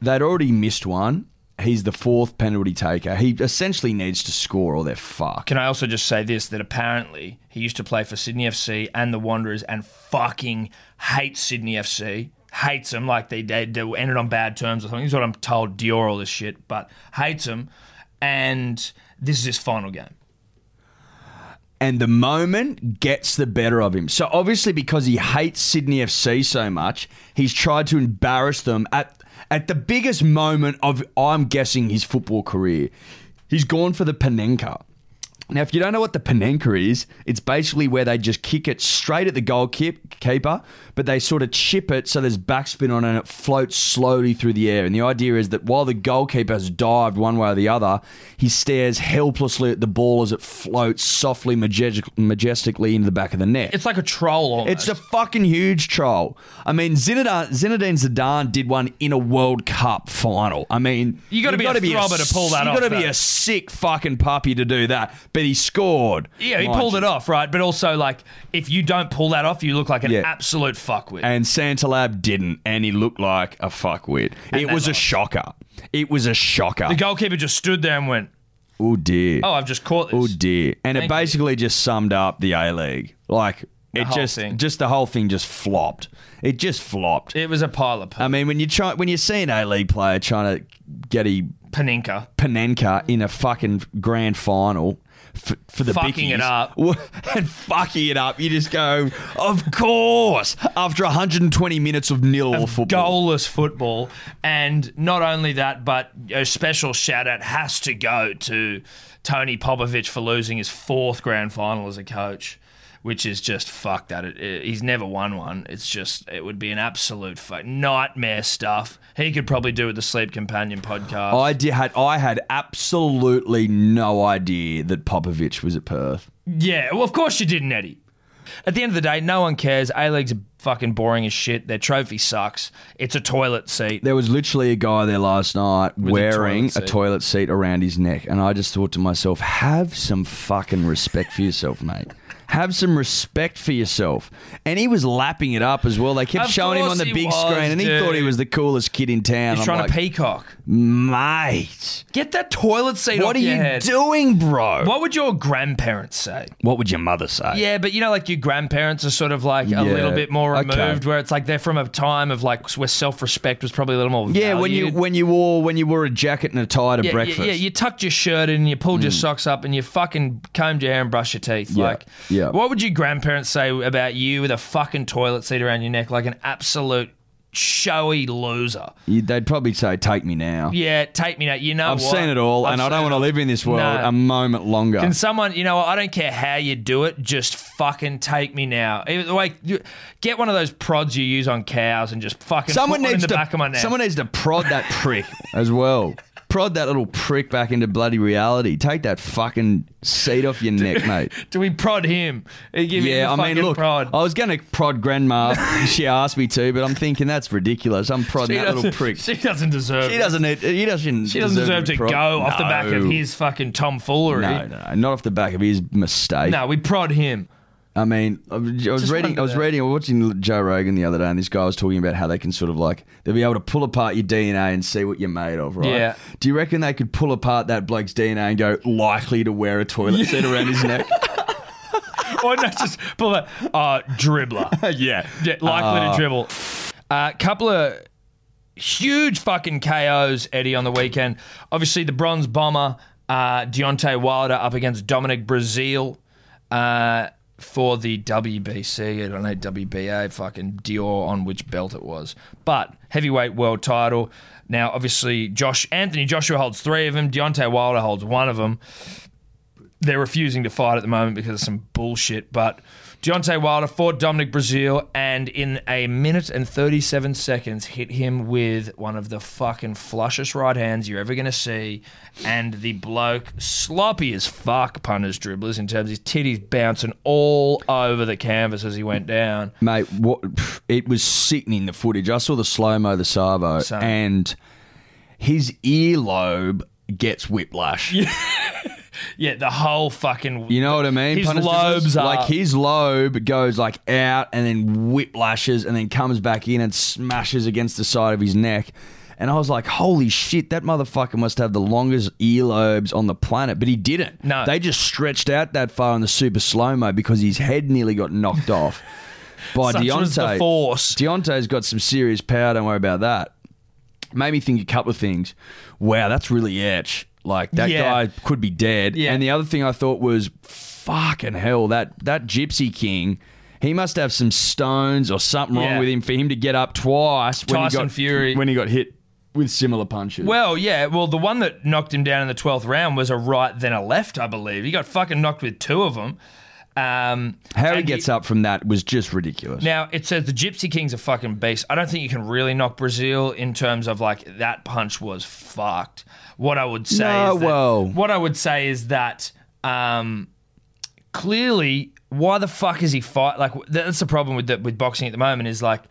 A: they'd already missed one. He's the fourth penalty taker. He essentially needs to score or they're fucked.
E: Can I also just say this that apparently he used to play for Sydney FC and the Wanderers and fucking hates Sydney FC. Hates them like they, they, they ended on bad terms or something. This is what I'm told Dior all this shit, but hates them. And this is his final game.
A: and the moment gets the better of him. So obviously, because he hates Sydney FC so much, he's tried to embarrass them at at the biggest moment of I'm guessing his football career. He's gone for the Panenka.
E: Now, if you don't know what the Panenka is, it's basically where they just kick it straight at the goalkeeper, but they sort of chip it so there's backspin on it and it floats slowly through the air. And the idea is that while the goalkeeper has dived one way or the other, he stares helplessly at the ball as it floats softly, majestic- majestically into the back of the net.
B: It's like a troll almost.
E: It's a fucking huge troll. I mean, Zinedine, Zinedine Zidane did one in a World Cup final. I mean,
B: You gotta
E: you've
B: be a
E: gotta
B: throbber to pull that
E: you
B: off,
E: got to be
B: though.
E: a sick fucking puppy to do that. But he scored.
B: yeah, he
E: mind
B: pulled
E: you.
B: it off, right? But also, like, if you don't pull that off, you look like an
E: Yeah.
B: absolute fuckwit.
E: And Santalab didn't, and he looked like a fuckwit. it
B: they
E: was a
B: lost.
E: shocker. It was a shocker.
B: the goalkeeper just stood there and went,
E: oh dear.
B: "Oh, I've just caught
E: Oh
B: this."
E: dear! And it
B: Thank you.
E: basically just summed up the A League. Like it
B: whole
E: just,
B: thing.
E: just the whole thing just flopped. It just flopped.
B: it was a pile of
E: I mean, when you try when you see an A League player trying to get a
B: paninka.
E: Panenka in a fucking grand final for, for the
B: Fucking
E: Bickies,
B: it up.
E: and fucking it up, you just go, of course. After 120 minutes of nil or football,
B: Goalless football, and not only that, but a special shout out has to go to Tony Popovich for losing his fourth grand final as a coach, which is just fuck that. It, it- he's never won one. It's just it would be an absolute fuck, nightmare stuff. He could probably do with the Sleep Companion podcast.
E: I did had I had absolutely no idea that Popovich was at Perth.
B: Yeah, well, of course you didn't, Eddie. At the end of the day, no one cares. A League's fucking boring as shit. Their trophy sucks. It's a toilet seat.
E: There was literally a guy there last night wearing
B: toilet
E: a
B: seat.
E: toilet seat around his neck, and I just thought to myself, "Have some fucking respect for yourself, mate. Have some respect for yourself." And he was lapping it up as well. They kept
B: Of
E: showing him on
B: course
E: the
B: he
E: big
B: was,
E: screen, and he thought he
B: dude.
E: was the coolest kid in town.
B: He's
E: I'm
B: trying
E: like,
B: to peacock.
E: mate.
B: Get that toilet seat off
E: What are
B: your
E: you
B: head.
E: doing, bro?
B: What would your grandparents say?
E: What would your mother say?
B: Yeah, but you know, like your grandparents are sort of like a
E: Yeah,
B: little bit more
E: okay.
B: removed, where it's like they're from a time of like where self respect was probably a little more.
E: Yeah, when you
B: valued.
E: when you wore when you wore a jacket and a tie to
B: yeah,
E: breakfast. Mm.
B: Yeah, yeah, you tucked your shirt in, you pulled your socks up, and you fucking combed your hair and brushed your teeth. Like,
E: yeah.
B: what would your grandparents say about you with a fucking toilet seat around your neck, like an absolute showy loser?
E: You- They'd probably say, "Take me now."
B: Yeah, take me now. You know,
E: I've seen it all, and I don't want to live in this world
B: No.
E: a moment longer.
B: Can someone, you know, I don't care how you do it, just fucking take me now. Either way, you- get one of those prods you use on cows and just fucking
E: Someone
B: put one
E: needs
B: in the
E: to
B: back of my neck.
E: someone needs to prod that prick as well. Prod that little prick back into bloody reality. Take that fucking seat off your neck, mate.
B: do we prod him? Give him
E: Yeah,
B: the
E: I mean,
B: fucking
E: look,
B: prod.
E: I was going to prod grandma. she asked me to, but I'm thinking that's ridiculous. I'm prodding that little
B: doesn't-
E: prick.
B: She doesn't deserve.
E: She
B: it.
E: doesn't. Need, he doesn't.
B: She doesn't deserve
E: be
B: to
E: prod-
B: go off the back of
E: No.
B: his fucking tomfoolery.
E: No, no, no, not off the back of his mistake.
B: No, we prod him.
E: I mean, I was I was
B: Just
E: reading, I
B: wonder
E: was
B: that.
E: reading, I was watching Joe Rogan the other day, and this guy was talking about how they can sort of like they'll be able to pull apart your DNA and see what you're made of, right?
B: Yeah.
E: Do you reckon they could pull apart that bloke's DNA and go likely to wear a toilet seat around his neck?
B: or no, just pull that. Uh, dribbler.
E: yeah.
B: Yeah, likely to dribble. A uh, couple of huge fucking KOs, Eddie, on the weekend. Obviously, the bronze bomber, uh, Deontay Wilder, up against Dominic Brazil uh, for the WBC. I don't know, WBA, fucking Dior on which belt it was. But heavyweight world title. Now, obviously, Josh Anthony Joshua holds three of them. Deontay Wilder holds one of them they're refusing to fight at the moment because of some bullshit. But Deontay Wilder fought Dominic Brazil and in a minute and 37 seconds hit him with one of the fucking flushest right hands you're ever going to see. And the bloke, sloppy as fuck, punters, dribblers, in terms of his titties bouncing all over the canvas as he went down.
E: Mate, what pff, it was sickening the footage. I saw the slow mo, the salvo,
B: Same.
E: and his earlobe gets whiplash.
B: Yeah, the whole fucking.
E: You know what I mean?
B: His
E: Punters,
B: lobes are.
E: like his lobe goes like out and then whiplashes and then comes back in and smashes against the side of his neck. And I was like, holy shit, that motherfucker must have the longest earlobes on the planet. But he didn't.
B: No.
E: They just stretched out that far in the super slow mo because his head nearly got knocked off by
B: Such
E: Deontay.
B: was the force.
E: Deontay's got some serious power. Don't worry about that. Made me think a couple of things. Wow, that's really etch. Like that
B: Yeah.
E: guy could be dead.
B: Yeah.
E: And the other thing I thought was, fucking hell, that that Gypsy King. He must have some stones or something
B: Yeah.
E: wrong with him for him to get up twice. When he
B: Tyson
E: got,
B: Fury.
E: when he got hit with similar punches.
B: Well, yeah. Well, the one that knocked him down in the 12th round was a right, then a left, I believe. He got fucking knocked with two of them. Um,
E: How he
B: and
E: gets up from that was just ridiculous.
B: Now it says the Gypsy King's a fucking beast. I don't think you can really knock Brazil in terms of like that punch was fucked. What I would say,
E: No,
B: is that,
E: well-
B: what I would say is that um, clearly, why the fuck is he fight? Like th- that's the problem with the, with boxing at the moment is like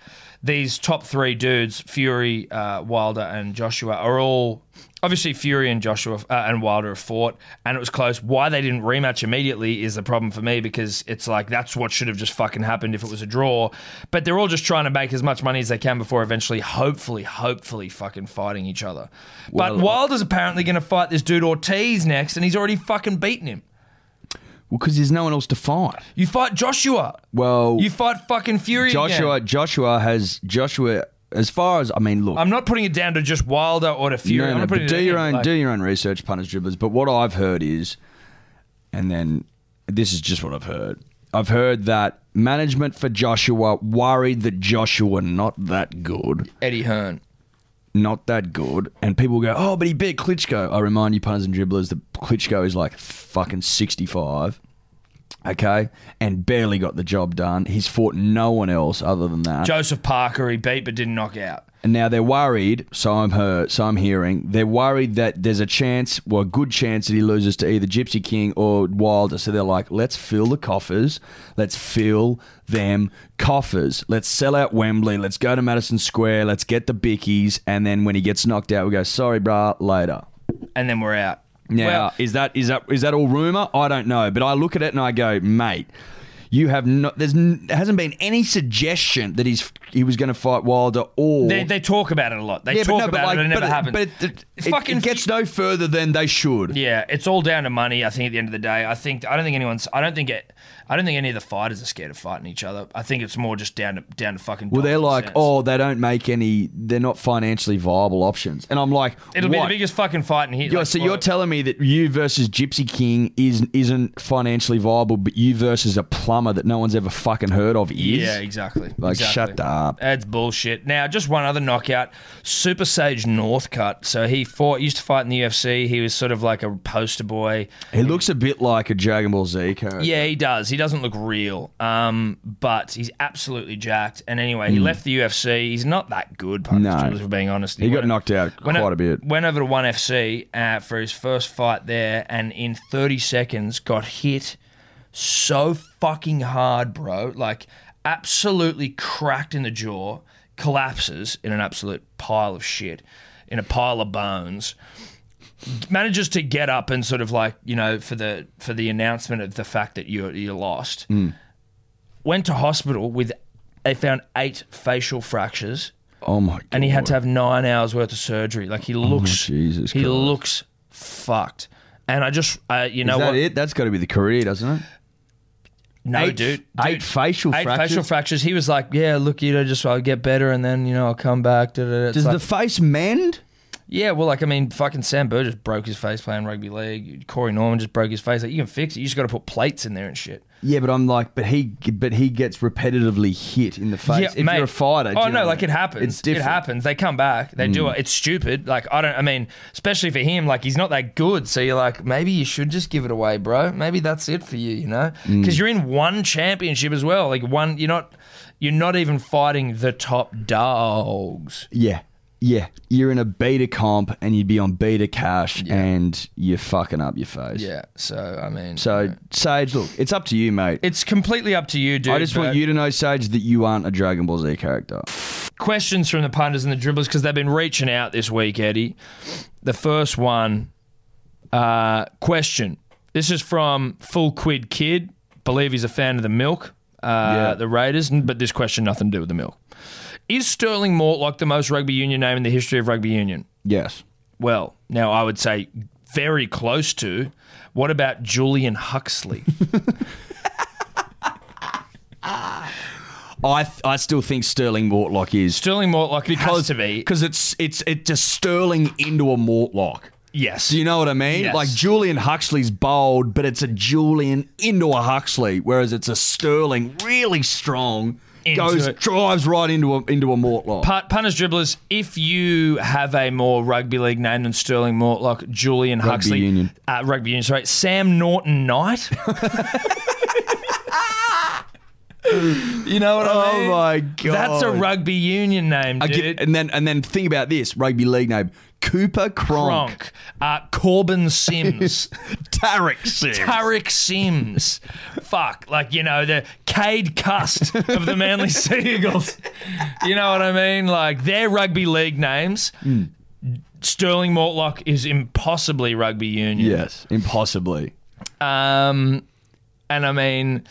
B: these top three dudes, Fury, uh, Wilder, and Joshua, are all obviously Fury and Joshua uh, and Wilder have fought, and it was close. Why they didn't rematch immediately is the problem for me because it's like that's what should have just fucking happened if it was a draw. But they're all just trying to make as much money as they can before eventually, hopefully, hopefully, fucking fighting each other. but
E: Well,
B: Wilder's apparently going to fight this dude Ortiz next, and he's already fucking beaten him.
E: Well, because there's no one else to fight.
B: You fight Joshua.
E: Well,
B: You fight fucking Fury.
E: Joshua,
B: again.
E: Joshua has Joshua. As far as I mean, look,
B: I'm not putting it down to just Wilder or to Fury.
E: No,
B: I'm
E: no,
B: not putting
E: but
B: it
E: do
B: down-
E: your own
B: like-
E: do your own research, punters, dribblers. But what I've heard is, and then this is just what I've heard. I've heard that management for Joshua worried that Joshua not that good,
B: Eddie Hearn.
E: not that good, and people go, oh, but he beat Klitschko. I remind you, punters and dribblers, that Klitschko is like fucking sixty-five. Okay, and barely got the job done. He's fought no one else other than that.
B: Joseph Parker, he beat but didn't knock out.
E: And now they're worried, so I'm heard, so I'm hearing, they're worried that there's a chance, well, a good chance that he loses to either Gypsy King or Wilder. So they're like, let's fill the coffers. Let's fill them coffers. Let's sell out Wembley. Let's go to Madison Square. Let's get the bickies. And then when he gets knocked out, we go, sorry, brah, later.
B: And then we're out.
E: Now,
B: Well,
E: is that is that is that all rumor? I don't know, but I look at it and I go, mate, you have not. There's n- there hasn't been any suggestion that he's he was going to fight Wilder or
B: they, they talk about it a lot. They
E: yeah,
B: talk
E: but no,
B: about
E: but like,
B: it and it never
E: but
B: happens.
E: But it, it,
B: It's
E: it-
B: fucking
E: it gets no further than they should.
B: Yeah, it's all down to money. I think at the end of the day, I think I don't think anyone's. I don't think it. I don't think any of the fighters are scared of fighting each other. I think it's more just down to down to fucking.
E: Well, they're
B: dollars
E: like,
B: and cents.
E: oh, they don't make any. They're not financially viable options. And I'm like,
B: it'll
E: what?
B: be the biggest fucking fight in here.
E: Yo,
B: like,
E: so
B: well,
E: you're telling me that you versus Gypsy King is isn't financially viable, but you versus a plumber that no one's ever fucking heard of is?
B: Yeah, exactly.
E: Like,
B: exactly.
E: shut up.
B: That's bullshit. Now, just one other knockout. Super Sage Northcutt. So he fought, used to fight in the UFC. He was sort of like a poster boy.
E: He looks a bit like a Dragon Ball Z character.
B: Yeah, he does. He doesn't look real, um, but he's absolutely jacked. And anyway, he left the UFC. He's not that good,
E: Hmm. No.
B: no. if we're being honest.
E: He got
B: went-
E: knocked out
B: went
E: quite
B: o-
E: a bit.
B: Went over to One FC uh, for his first fight there, and in 30 seconds got hit so fucking hard, bro. Like absolutely cracked in the jaw, collapses in an absolute pile of shit, in a pile of bones manages to get up and sort of like you know for the for the announcement of the fact that you you lost.
E: Mm.
B: Went to hospital with they found eight facial fractures
E: Oh my god.
B: and he had to have nine hours worth of surgery. Like he looks
E: Oh, Jesus
B: he
E: Christ.
B: looks fucked. And I just uh, you know
E: Is that
B: what
E: it? That's got to be the career, doesn't it?
B: no
E: Eight-
B: dude,
E: eight
B: Dude,
E: facial
B: eight
E: fractures?
B: facial fractures. He was like, yeah, look, you know, just I'll get better and then you know I'll come back. Da, da, da. It's
E: Does
B: like-
E: the face mend?
B: Yeah, well, like I mean, fucking Sam Burgess broke his face playing rugby league. Corey Norman just broke his face. Like you can fix it. You just got to put plates in there and shit.
E: Yeah, but I'm like, but he, but he gets repetitively hit in the face. if
B: mate.
E: you're a fighter, do
B: Oh
E: you
B: no,
E: know what I
B: like
E: mean?
B: it happens.
E: It's different. Mm.
B: It happens. They come back. They do it. It's stupid. Like I don't. I mean, especially for him, like he's not that good. So you're like, maybe you should just give it away, bro. Maybe that's it for you. You know,
E: Mm.
B: because you're in one championship as well. Like one, you're not. You're not even fighting the top dogs.
E: Yeah, yeah. You're in a beta comp, and you'd be on beta cash, and you're fucking up your face.
B: Yeah. So I mean,
E: So Sage, look, it's up to you, mate.
B: it's completely up to you, dude.
E: I just want
B: but-
E: you to know, Sage, that you aren't a Dragon Ball Z character.
B: questions from the punters and the dribblers because they've been reaching out this week, Eddie. The first one uh, question. This is from Full Quid Kid. Believe he's a fan of the milk, uh,
E: Yeah.
B: the Raiders, n- but this question nothing to do with the milk. Is Sterling Mortlock the most rugby union name in the history of rugby union?
E: Yes.
B: Well, now I would say very close to. What about Julian Huxley?
E: I, th- I still think Sterling Mortlock is
B: Sterling Mortlock has to be.
E: because it's it's it's just Sterling into a Mortlock.
B: Yes.
E: Do you know what I mean?
B: Yes.
E: Like Julian Huxley's bold, but it's a Julian into a Huxley, whereas it's a Sterling really strong.
B: into
E: goes
B: it.
E: drives right into a into a mort line.
B: Pun- Punters, dribblers, if you have a more rugby league name than Sterling Mortlock, Julian Huxley,
E: union.
B: Uh, rugby union, sorry, Sam Norton Knight. you know what I
E: oh
B: mean?
E: my god,
B: That's a rugby union name,
E: I
B: dude.
E: get- and then and then think about this rugby league name: Cooper Cronk,
B: Gronk, uh, Corbin Sims,
E: Tarek Sims.
B: Tarek Sims, fuck, like you know the Cade Cust of the Manly Seagulls. You know what I mean? Like their rugby league names.
E: Hmm.
B: Sterling Mortlock is impossibly rugby union.
E: yes, impossibly.
B: Um, and I mean,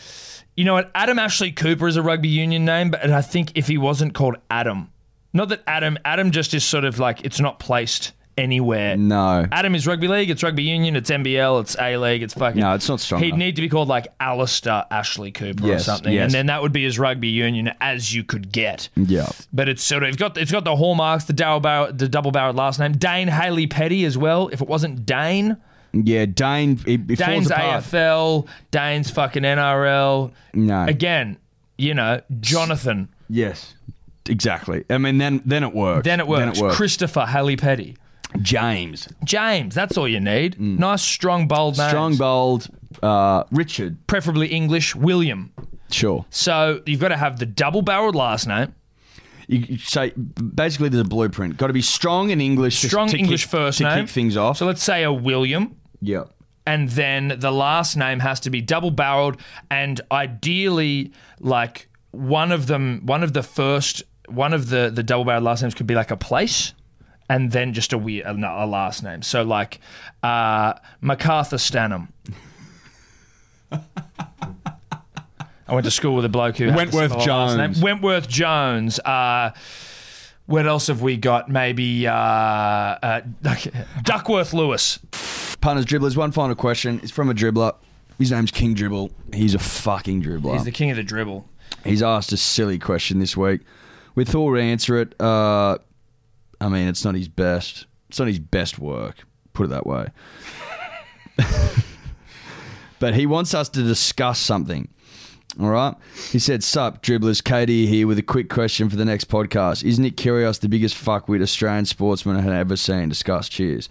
B: you know what? Adam Ashley Cooper is a rugby union name, but and I think if he wasn't called Adam, not that Adam, Adam just is sort of like it's not placed anywhere.
E: No,
B: Adam is rugby league. It's rugby union. It's NBL. It's A League. It's fucking.
E: No, it's not strong
B: He'd
E: enough.
B: need to be called like Alistair Ashley Cooper
E: Yes,
B: or something,
E: yes.
B: and then that would be as rugby union as you could get.
E: yeah,
B: But it's sort of it's got it's got the hallmarks, the double barrel, the double barreled last name, Dane Haley Petty as well. If it wasn't Dane,
E: yeah. Dane, he, he falls
B: Dane's
E: apart.
B: AFL, Dane's fucking NRL.
E: No.
B: Again, you know, Jonathan.
E: Yes, exactly. I mean, then then it works.
B: Then it works. Christopher Haley Petty.
E: James,
B: James, that's all you need. Nice, strong, bold names.
E: Mm. strong, bold. Uh, Richard,
B: Preferably English. William.
E: sure.
B: So you've got to have the double barreled last name,
E: You you say basically there's a blueprint. Got to be strong in English. just
B: strong
E: to kick-
B: English first
E: to
B: name.
E: kick things off.
B: So let's say a William,
E: yeah,
B: and then the last name has to be double barreled, and ideally, like one of them, one of the first, one of the the double barreled last names could be like a place. And then just a weird a, a last name. So like uh, Macarthur Stanham. I went to school with a bloke who had the
E: Wentworth
B: similar last
E: Jones.
B: name. Wentworth Jones. Uh, what else have we got? Maybe uh, uh, Duckworth Lewis.
E: punters, dribblers. One final question. It's from a dribbler. His name's King Dribble. He's a fucking dribbler.
B: He's the king of the dribble.
E: He's asked a silly question this week. We thought we'd answer it. Uh, I mean, it's not his best. It's not his best work. Put it that way. but he wants us to discuss something. All right. He said, Sup, dribblers. Katie here with a quick question for the next podcast. Is Nick Kyrgios the biggest fuckwit Australian sportsman I had ever seen? Discuss. Cheers.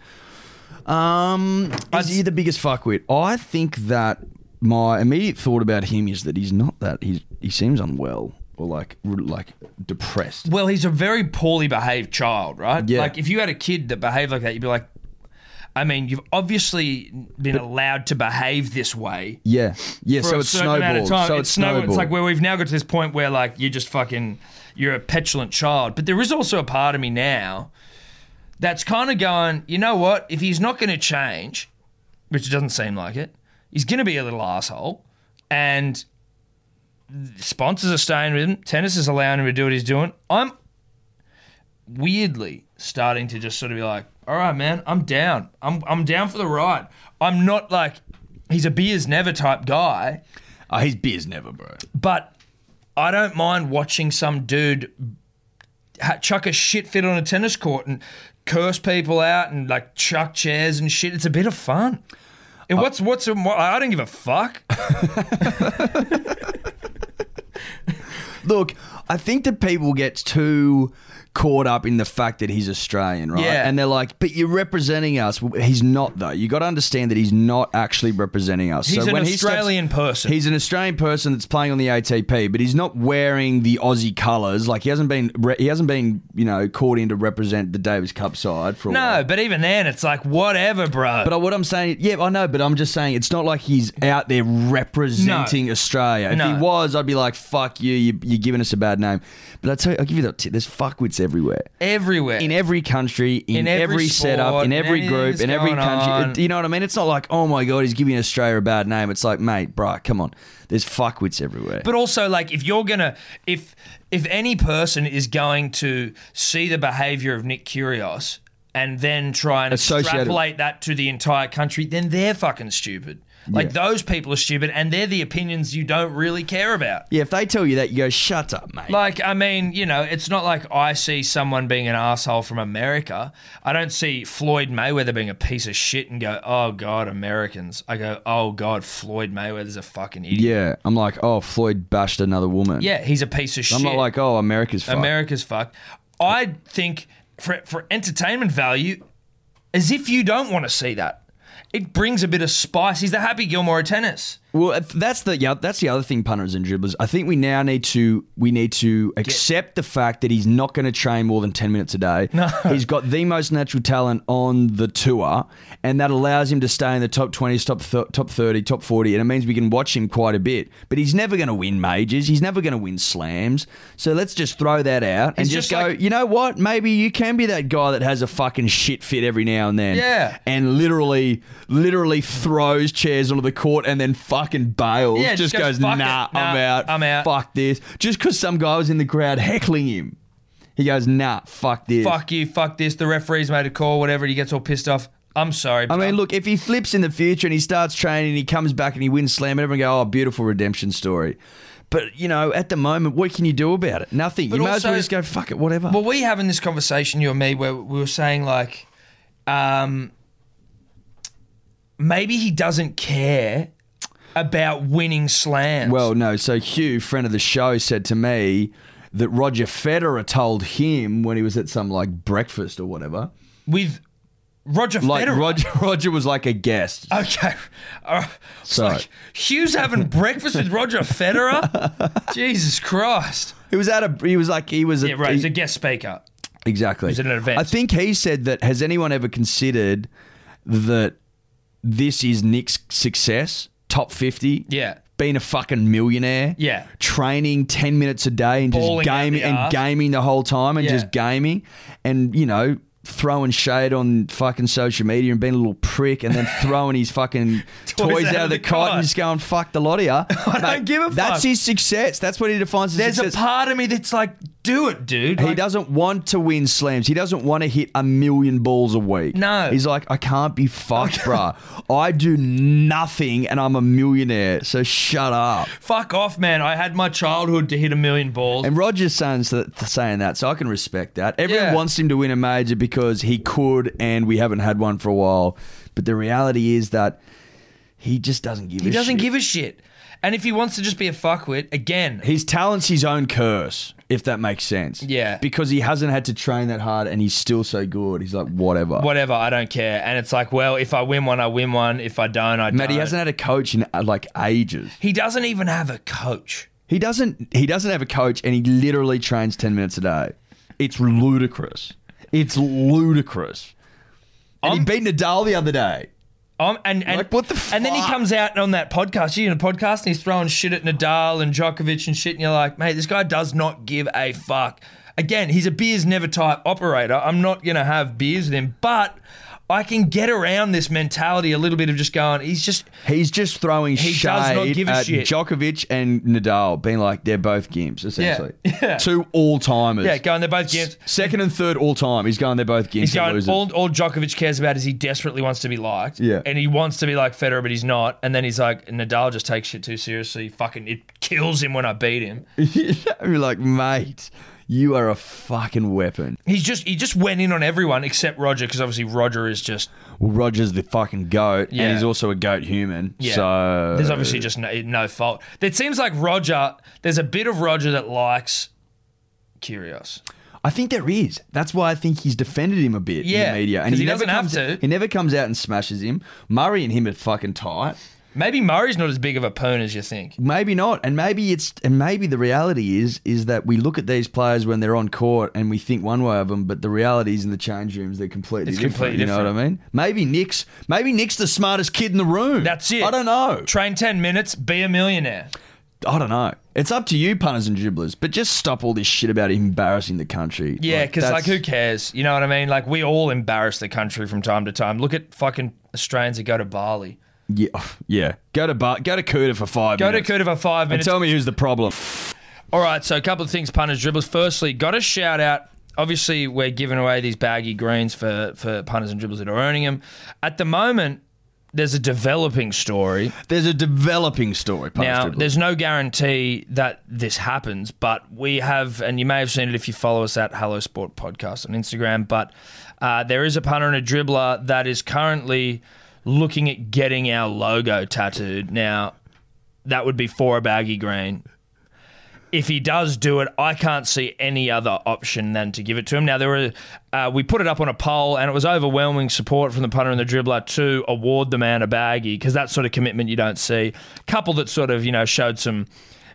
E: Um, is he the biggest fuckwit? I think that my immediate thought about him is that he's not that. He he seems unwell or like like depressed.
B: Well, he's a very poorly behaved child, right?
E: Yeah.
B: Like if you had a kid that behaved like that, you'd be like, I mean, you've obviously been allowed to behave this way
E: Yeah, yeah.
B: for
E: so
B: a
E: it's
B: certain amount
E: snowballed.
B: of time.
E: So
B: it's
E: it's snowballed.
B: It's like where we've now got to this point where like you're just fucking, you're a petulant child. But there is also a part of me now that's kind of going, you know what? If he's not going to change, which doesn't seem like it, he's going to be a little asshole, and sponsors are staying with him. Tennis is allowing him to do what he's doing. I'm weirdly starting to just sort of be like, all right, man, I'm down. I'm I'm down for the ride. I'm not like he's a beers never type guy,
E: oh, his beer's never, bro.
B: but I don't mind watching some dude ha- chuck a shit fit on a tennis court and curse people out and like chuck chairs and shit. It's a bit of fun.
E: Uh,
B: And what's what's I don't give a fuck.
E: Look, I think that people get too caught up in the fact that he's Australian, right?
B: Yeah.
E: And they're like, but you're representing us. Well, He's not though. You got to understand that he's not actually representing us.
B: He's
E: so
B: an
E: when he steps-
B: Australian person.
E: He's an Australian person that's playing on the ATP, but he's not wearing the Aussie colours. Like he hasn't been, re- he hasn't been, you know, called in to represent the Davis Cup side for a
B: no,
E: while.
B: but even then, it's like whatever, bro.
E: But I- what I'm saying, yeah, I know, but I'm just saying it's not like he's out there representing Australia. If
B: No.
E: he was, I'd be like, "Fuck you, you, you're giving us a bad name." But I tell you, I'll give you that tip. There's fuckwits everywhere,
B: everywhere
E: in every country,
B: In
E: in,
B: every
E: setup,
B: sport,
E: in
B: in
E: every
B: anything
E: group,
B: that's
E: in every
B: going
E: country.
B: on.
E: It- you know what I mean? It's not like, "Oh my god, he's giving Australia a bad name." It's like, mate, bruh, come on. There's fuckwits everywhere.
B: But also, like, if you're gonna, if if any person is going to see the behaviour of Nick Kyrgios and then try and
E: Associate it.
B: extrapolate that to the entire country, then they're fucking stupid. Like those people are stupid, and they're the opinions you don't really care about.
E: Yeah, if they tell you that, you go, shut up, mate.
B: Like, I mean, you know, it's not like I see someone being an asshole from America. I don't see Floyd Mayweather being a piece of shit and go, oh, God, Americans. I go, oh, God, Floyd Mayweather's a fucking idiot.
E: yeah, I'm like, oh, Floyd bashed another woman.
B: Yeah, he's a piece of shit.
E: I'm not like, oh, America's fucked.
B: America's fucked. I think for, for entertainment value, as if you don't want to see that, it brings a bit of spice. He's the Happy Gilmore of tennis.
E: Well, if- that's the yeah, that's the other thing, punters and dribblers. I think we now need to we need to accept the fact that he's not going to train more than ten minutes a day. No. he's got the most natural talent on the tour, and that allows him to stay in the top twenties, top th- top thirty, top forty, and it means we can watch him quite a bit. But he's never going to win majors. He's never going to win slams. So let's just throw that out and
B: He's
E: just,
B: just
E: go.
B: like-
E: you know what? Maybe you can be that guy that has a fucking shit fit every now and then
B: Yeah.
E: and literally, literally throws chairs onto the court and then fucking bails.
B: Yeah,
E: just,
B: just
E: goes,
B: goes, "Fuck
E: nah,
B: it, nah,
E: I'm out.
B: I'm out."
E: Fuck this. Just because some guy was in the crowd heckling him, he goes, nah, fuck this.
B: Fuck you, fuck this. The referee's made a call, whatever. He gets all pissed off. I'm sorry.
E: I
B: but
E: mean, look, if he flips in the future and he starts training and he comes back and he wins slam, everyone go, oh, beautiful redemption story. But, you know, at the moment, what can you do about it? Nothing. you
B: But
E: might as well
B: also-
E: just go, fuck it, whatever.
B: Well, we having this conversation, you and me, where we were saying like, um, maybe he doesn't care about winning slams.
E: Well, no. So Hugh, friend of the show, said to me that Roger Federer told him when he was at some like breakfast or whatever.
B: with Roger
E: Like
B: Federer. Oh.
E: Roger, Roger was like a guest.
B: Okay, uh,
E: Sorry.
B: like Hugh's having breakfast with Roger Federer. Jesus Christ!
E: He was at a. He was like he was.
B: Yeah, right. He's
E: he-
B: a guest speaker.
E: Exactly.
B: was at an event.
E: I think he said that. Has anyone ever considered that this is Nick's success? Top fifty.
B: Yeah.
E: Being a fucking millionaire.
B: Yeah.
E: Training ten minutes a day and just
B: Balling out
E: gaming
B: the
E: and
B: arse.
E: gaming the whole time and
B: Yeah.
E: just gaming and you know. Throwing shade on fucking social media and being a little prick, and then throwing his fucking toys, out, of the cot and
B: cot.
E: just going fuck the lot of you. I
B: don't give a
E: That's
B: fuck.
E: his success. That's what he defines as
B: There's
E: success.
B: a part of me that's like, do it, dude.
E: He
B: Like,
E: doesn't want to win slams. He doesn't want to hit a million balls a week.
B: No.
E: He's like, I can't be fucked, bruh. I do nothing and I'm a millionaire. So shut up.
B: Fuck off, man. I had my childhood to hit a million balls.
E: And Roger's son's th- saying that, so I can respect that. Everyone
B: Yeah.
E: wants him to win a major because he could, and we haven't had one for a while. But the reality is that he just doesn't give
B: He
E: a
B: doesn't
E: shit.
B: give a shit. And if he wants to just be a fuckwit, again,
E: His talent's his own curse, if that makes sense.
B: Yeah.
E: Because he hasn't had to train that hard and he's still so good. He's like, whatever.
B: whatever, I don't care. And it's like, well, if I win one, I win one. If I don't, I
E: Matt,
B: don't.
E: he hasn't had a coach in uh, like ages.
B: He doesn't even have a coach.
E: He doesn't. He doesn't have a coach, and he literally trains ten minutes a day. It's ludicrous. It's ludicrous. And he beat Nadal the other day.
B: Um, and and
E: Like, what the
B: and then he
E: fuck?
B: comes out on that podcast. You in a podcast, and he's throwing shit at Nadal and Djokovic and shit. And you're like, mate, this guy does not give a fuck. Again, he's a beers never type operator. I'm not gonna have beers with him, but I can get around this mentality a little bit of just going. He's just
E: He's just throwing
B: He
E: shade
B: does not give a
E: at
B: shit.
E: Djokovic and Nadal, being like they're both gimps essentially.
B: yeah.
E: Two all timers.
B: yeah, going. They're both games.
E: Second and third all time. He's going. They're both gimps.
B: He's
E: and
B: going.
E: losers.
B: All, all Djokovic cares about is he desperately wants to be liked.
E: Yeah.
B: and he wants to be like Federer, but he's not. And then he's like, Nadal just takes shit too seriously. Fucking, it kills him when I beat him.
E: You're like, mate, you are a fucking weapon.
B: He's just he just went in on everyone except Roger because obviously Roger is just
E: Well, Roger's the fucking goat,
B: Yeah.
E: and he's also a goat human.
B: yeah.
E: So
B: there's obviously just no, no fault. It seems like Roger. There's a bit of Roger that likes Curios.
E: I think there is. That's why I think he's defended him a bit in
B: Yeah,
E: the media.
B: 'cause he
E: never
B: doesn't have
E: comes,
B: to.
E: He never comes out and smashes him. Murray and him are fucking tight.
B: Maybe Murray's not as big of a pwn as you think.
E: Maybe not. And maybe it's and maybe the reality is is that we look at these players when they're on court and we think one way of them, but the reality is in the change rooms they're completely,
B: It's
E: different,
B: completely
E: You know what I mean? Maybe Nick's maybe Nick's the smartest kid in the room.
B: That's it.
E: I don't know.
B: Train ten minutes, be a millionaire.
E: I don't know. It's up to you, punters and dribblers, but just stop all this shit about embarrassing the country.
B: Yeah, because like,
E: that's-
B: who cares? You know what I mean? Like we all embarrass the country from time to time. Look at fucking Australians that go to Bali,
E: Yeah, yeah. Go to bar, go to Cooter for five
B: go to
E: minutes.
B: Kuta for five
E: and
B: minutes.
E: tell me who's the problem.
B: All right, so a couple of things, punters, dribblers. Firstly, got a shout out. Obviously, we're giving away these baggy greens for for punters and dribblers that are earning them. At the moment, there's a developing story.
E: There's a developing story. Punish
B: Now,
E: Dribblers.
B: there's no guarantee that this happens, but we have, and you may have seen it if you follow us at Hello Sport Podcast on Instagram, but uh, there is a punter and a dribbler that is currently looking at getting our logo tattooed. Now, that would be for a baggy green. If he does do it, I can't see any other option than to give it to him. Now there were, uh, we put it up on a poll, and it was overwhelming support from the punter and the dribbler to award the man a baggy because that sort of commitment you don't see. Couple that sort of you know showed some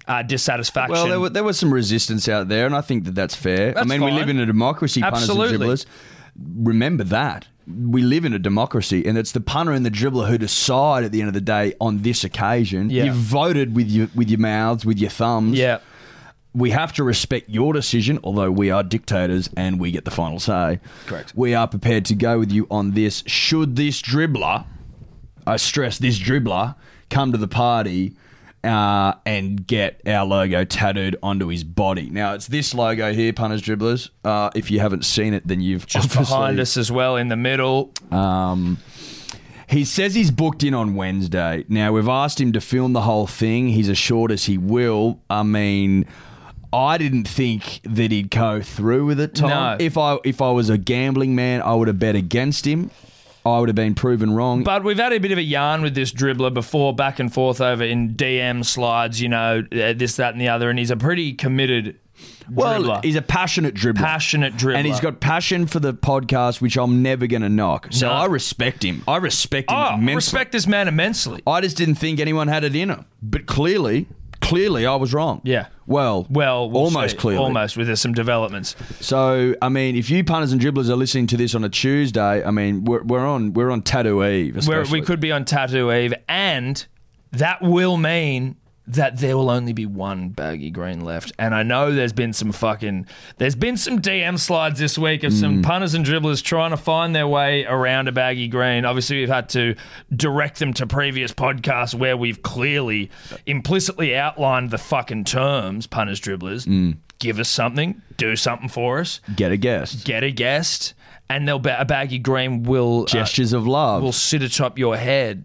B: uh, dissatisfaction.
E: Well, there, were, there was some resistance out there, and I think that that's fair. I
B: That's
E: mean, we live
B: fine.
E: in a democracy, punters
B: Absolutely.
E: and dribblers. Remember that. We live in a democracy, and it's the punter and the dribbler who decide at the end of the day on this occasion.
B: Yeah.
E: You voted with your, with your mouths, with your thumbs.
B: yeah,
E: We have to respect your decision, although we are dictators and we get the final say.
B: Correct.
E: We are prepared to go with you on this. Should this dribbler, I stress this dribbler, come to the party uh, and get our logo tattooed onto his body? Now, it's this logo here, Punters Dribblers. Uh, if you haven't seen it, then you've
B: just
E: obviously-
B: behind us as well in the middle.
E: um, he says he's booked in on Wednesday. Now we've asked him to film the whole thing. He's assured us he will. I mean, I didn't think that he'd go through with it, Tom.
B: No.
E: If I if I was a gambling man, I would have bet against him. I would have been proven wrong.
B: But we've had a bit of a yarn with this dribbler before, back and forth over in DM slides, you know, uh, this, that, and the other, and he's a pretty committed.
E: well,
B: dribbler.
E: he's a passionate dribbler.
B: passionate dribbler.
E: And he's got passion for the podcast, which I'm never going to knock. So
B: No.
E: I respect him. I respect him
B: oh,
E: immensely.
B: respect this man immensely.
E: I just didn't think anyone had it in him. But clearly, clearly, I was wrong.
B: Yeah.
E: Well,
B: Well, we'll
E: almost
B: see.
E: clearly.
B: almost with some developments.
E: So, I mean, if you punters and dribblers are listening to this on a Tuesday, I mean, we're, we're on we're on Tattoo Eve.
B: Where
E: especially.
B: we could be on Tattoo Eve, and that will mean that there will only be one baggy green left. And I know there's been some fucking there's been some DM slides this week of
E: Mm.
B: some punters and dribblers trying to find their way around a baggy green. Obviously, we've had to direct them to previous podcasts where we've clearly implicitly outlined the fucking terms punters dribblers.
E: Mm.
B: Give us something, do something for us.
E: get a guess.
B: get a guest, and they'll ba- a baggy green will uh,
E: Gestures of love.
B: will sit atop your head.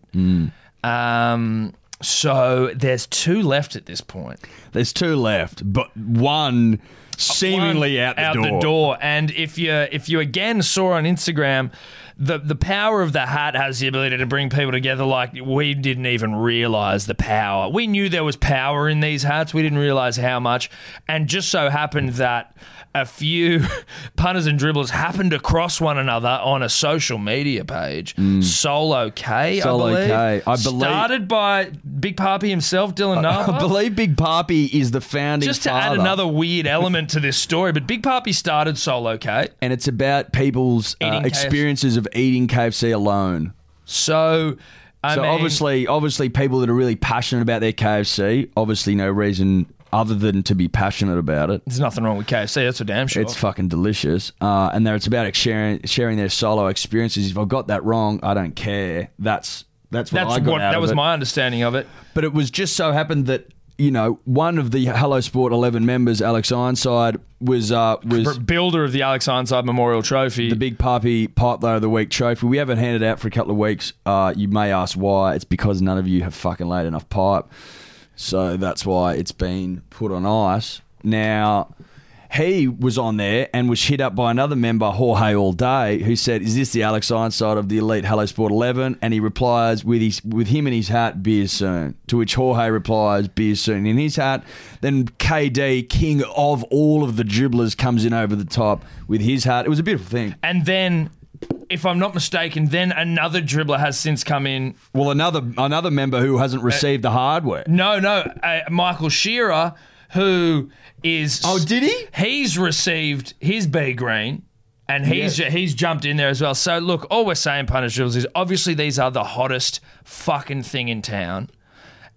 B: Um, so there's two left at this point.
E: There's two left, but one seemingly
B: One
E: out the
B: out
E: door.
B: the door. And if you if you again saw on Instagram, the the power of the hat has the ability to bring people together. Like we didn't even realize the power. We knew there was power in these hats. We didn't realize how much. And just so happened that a few punters and dribblers happened to cross one another on a social media page. Solo K, I
E: Mm. Solo
B: believe.
E: K. I believe-
B: started by Big Papi himself, Dylan Napa.
E: I believe Big Papi is the founding
B: Just to
E: father.
B: add another weird element to this story, but Big Papi started solo, Kate.
E: and it's about people's uh,
B: Eating KFC.
E: experiences of eating KFC alone.
B: So, I
E: so
B: mean,
E: obviously, obviously, people that are really passionate about their KFC, obviously, no reason other than to be passionate about it.
B: there's nothing wrong with KFC. That's for damn sure.
E: It's fucking delicious, uh, and there it's about sharing sharing their solo experiences. If I got that wrong, I don't care. That's that's what
B: That's
E: I got
B: what
E: out
B: that
E: of
B: was
E: it.
B: my understanding of it.
E: But it was just so happened that you know one of the Hello Sport Eleven members, Alex Ironside, was uh, was.
B: Br- Builder of the Alex Ironside Memorial Trophy.
E: The Big Papi Pipe Load of the Week trophy. We haven't handed out for a couple of weeks. Uh, you may ask why. It's because none of you have fucking laid enough pipe. So that's why it's been put on ice. Now, he was on there and was hit up by another member, Jorge All Day, who said, Is this the Alex Ironside of the Elite Hello Sport 11? And he replies with his with him in his hat, beer soon. To which Jorge replies, beer soon in his hat. Then KD, king of all of the dribblers, comes in over the top with his hat. It was a beautiful thing.
B: and then, if I'm not mistaken, then another dribbler has since come in.
E: Well, another another member who hasn't
B: Uh,
E: received the hardware.
B: No, no, uh, Michael Shearer, who is
E: Oh, did he?
B: he's received his B green and he's he's jumped in there as well. So look, all we're saying, Punish Dribbles, is obviously these are the hottest fucking thing in town.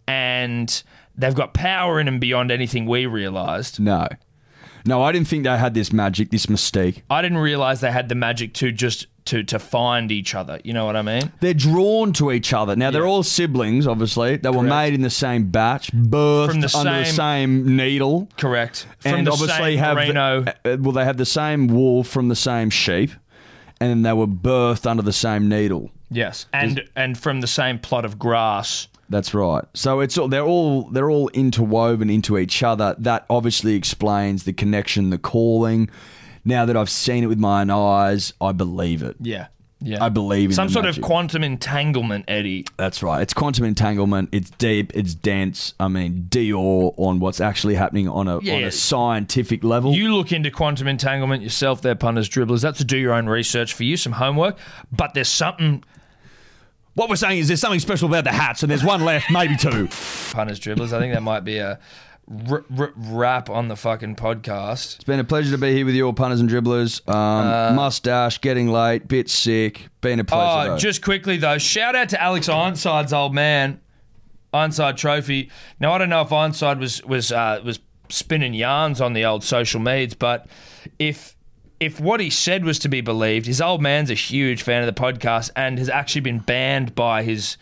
B: And they've got power in them beyond anything we realised.
E: No. No, I didn't think they had this magic, this mystique.
B: I didn't realise they had the magic to just to to find each other. You know what I mean?
E: They're drawn to each other. Now they're all siblings, obviously. They were made in the same batch, birthed
B: From the
E: under the
B: same-
E: same needle,
B: Correct. From
E: and
B: the
E: obviously
B: same
E: have
B: merino.
E: uh, uh, well, they have the same wool from the same sheep, and they were birthed under the same needle.
B: Yes, and and from the same plot of grass.
E: That's right. So it's all they're all they're all interwoven into each other. That obviously explains the connection, the calling. Now that I've seen it with my own eyes, I believe it.
B: Yeah, yeah.
E: I believe in
B: some
E: the
B: sort
E: magic.
B: of quantum entanglement, Eddie.
E: That's right. It's quantum entanglement. It's deep. It's dense. I mean, Dior on what's actually happening on a on
B: yeah.
E: a scientific level.
B: You look into quantum entanglement yourself, there, punters, dribblers. That's to do your own research for you, some homework. But there's something,
E: what we're saying is there's something special about the hats, and there's one left, maybe two.
B: punters, dribblers. I think that might be a r- r- wrap on the fucking podcast.
E: It's been a pleasure to be here with you all, punters and dribblers. Um, mustache, getting late, bit sick. Been a pleasure.
B: Uh, Oh,
E: though.
B: just quickly though, shout out to Alex Ironside's old man, Ironside Trophy. Now I don't know if Ironside was was uh, was spinning yarns on the old social meds, but if if what he said was to be believed, his old man's a huge fan of the podcast and has actually been banned by his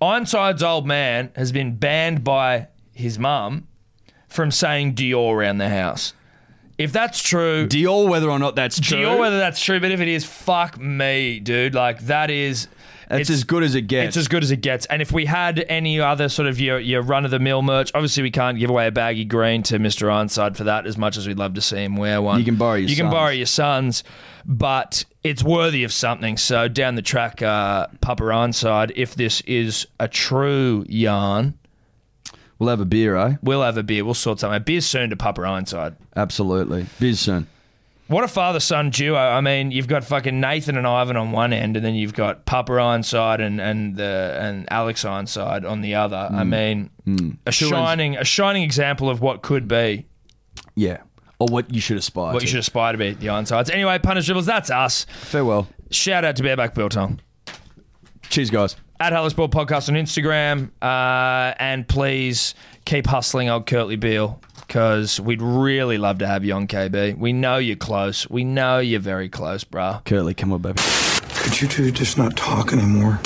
B: Ironside's old man has been banned by his mum from saying Dior around the house. If that's true,
E: Dior, whether or not that's true,
B: Dior, whether that's true, but if it is, fuck me, dude. Like that is.
E: that's as good as it gets.
B: It's as good as it gets. And if we had any other sort of your, your run of the mill merch, obviously we can't give away a baggy green to Mr. Ironside for that as much as we'd love to see him wear one.
E: You can borrow your
B: You can
E: son's.
B: borrow your son's, but it's worthy of something. So down the track, uh, Papa Ironside, if this is a true yarn,
E: we'll have a beer, eh?
B: we'll have a beer. We'll sort something. A beer soon to Papa Ironside.
E: Absolutely. Biz soon.
B: What a father son duo. I mean, you've got fucking Nathan and Ivan on one end, and then you've got Papa Ironside and, and the and Alex Ironside on the other. I mean, a shining a shining example of what could be,
E: Yeah. Or what you should aspire
B: what
E: to.
B: you should aspire to be at the Ironsides. Anyway, Punish Dribbles, that's us.
E: Farewell.
B: Shout out to Bareback Biltong.
E: Cheers, guys.
B: At Hello Sport Podcast on Instagram. Uh, and please keep hustling old Curtly Beale because we'd really love to have you on KB. We know you're close. We know you're very close, bruh.
E: Curly, come on, baby.
F: Could you two just not talk anymore?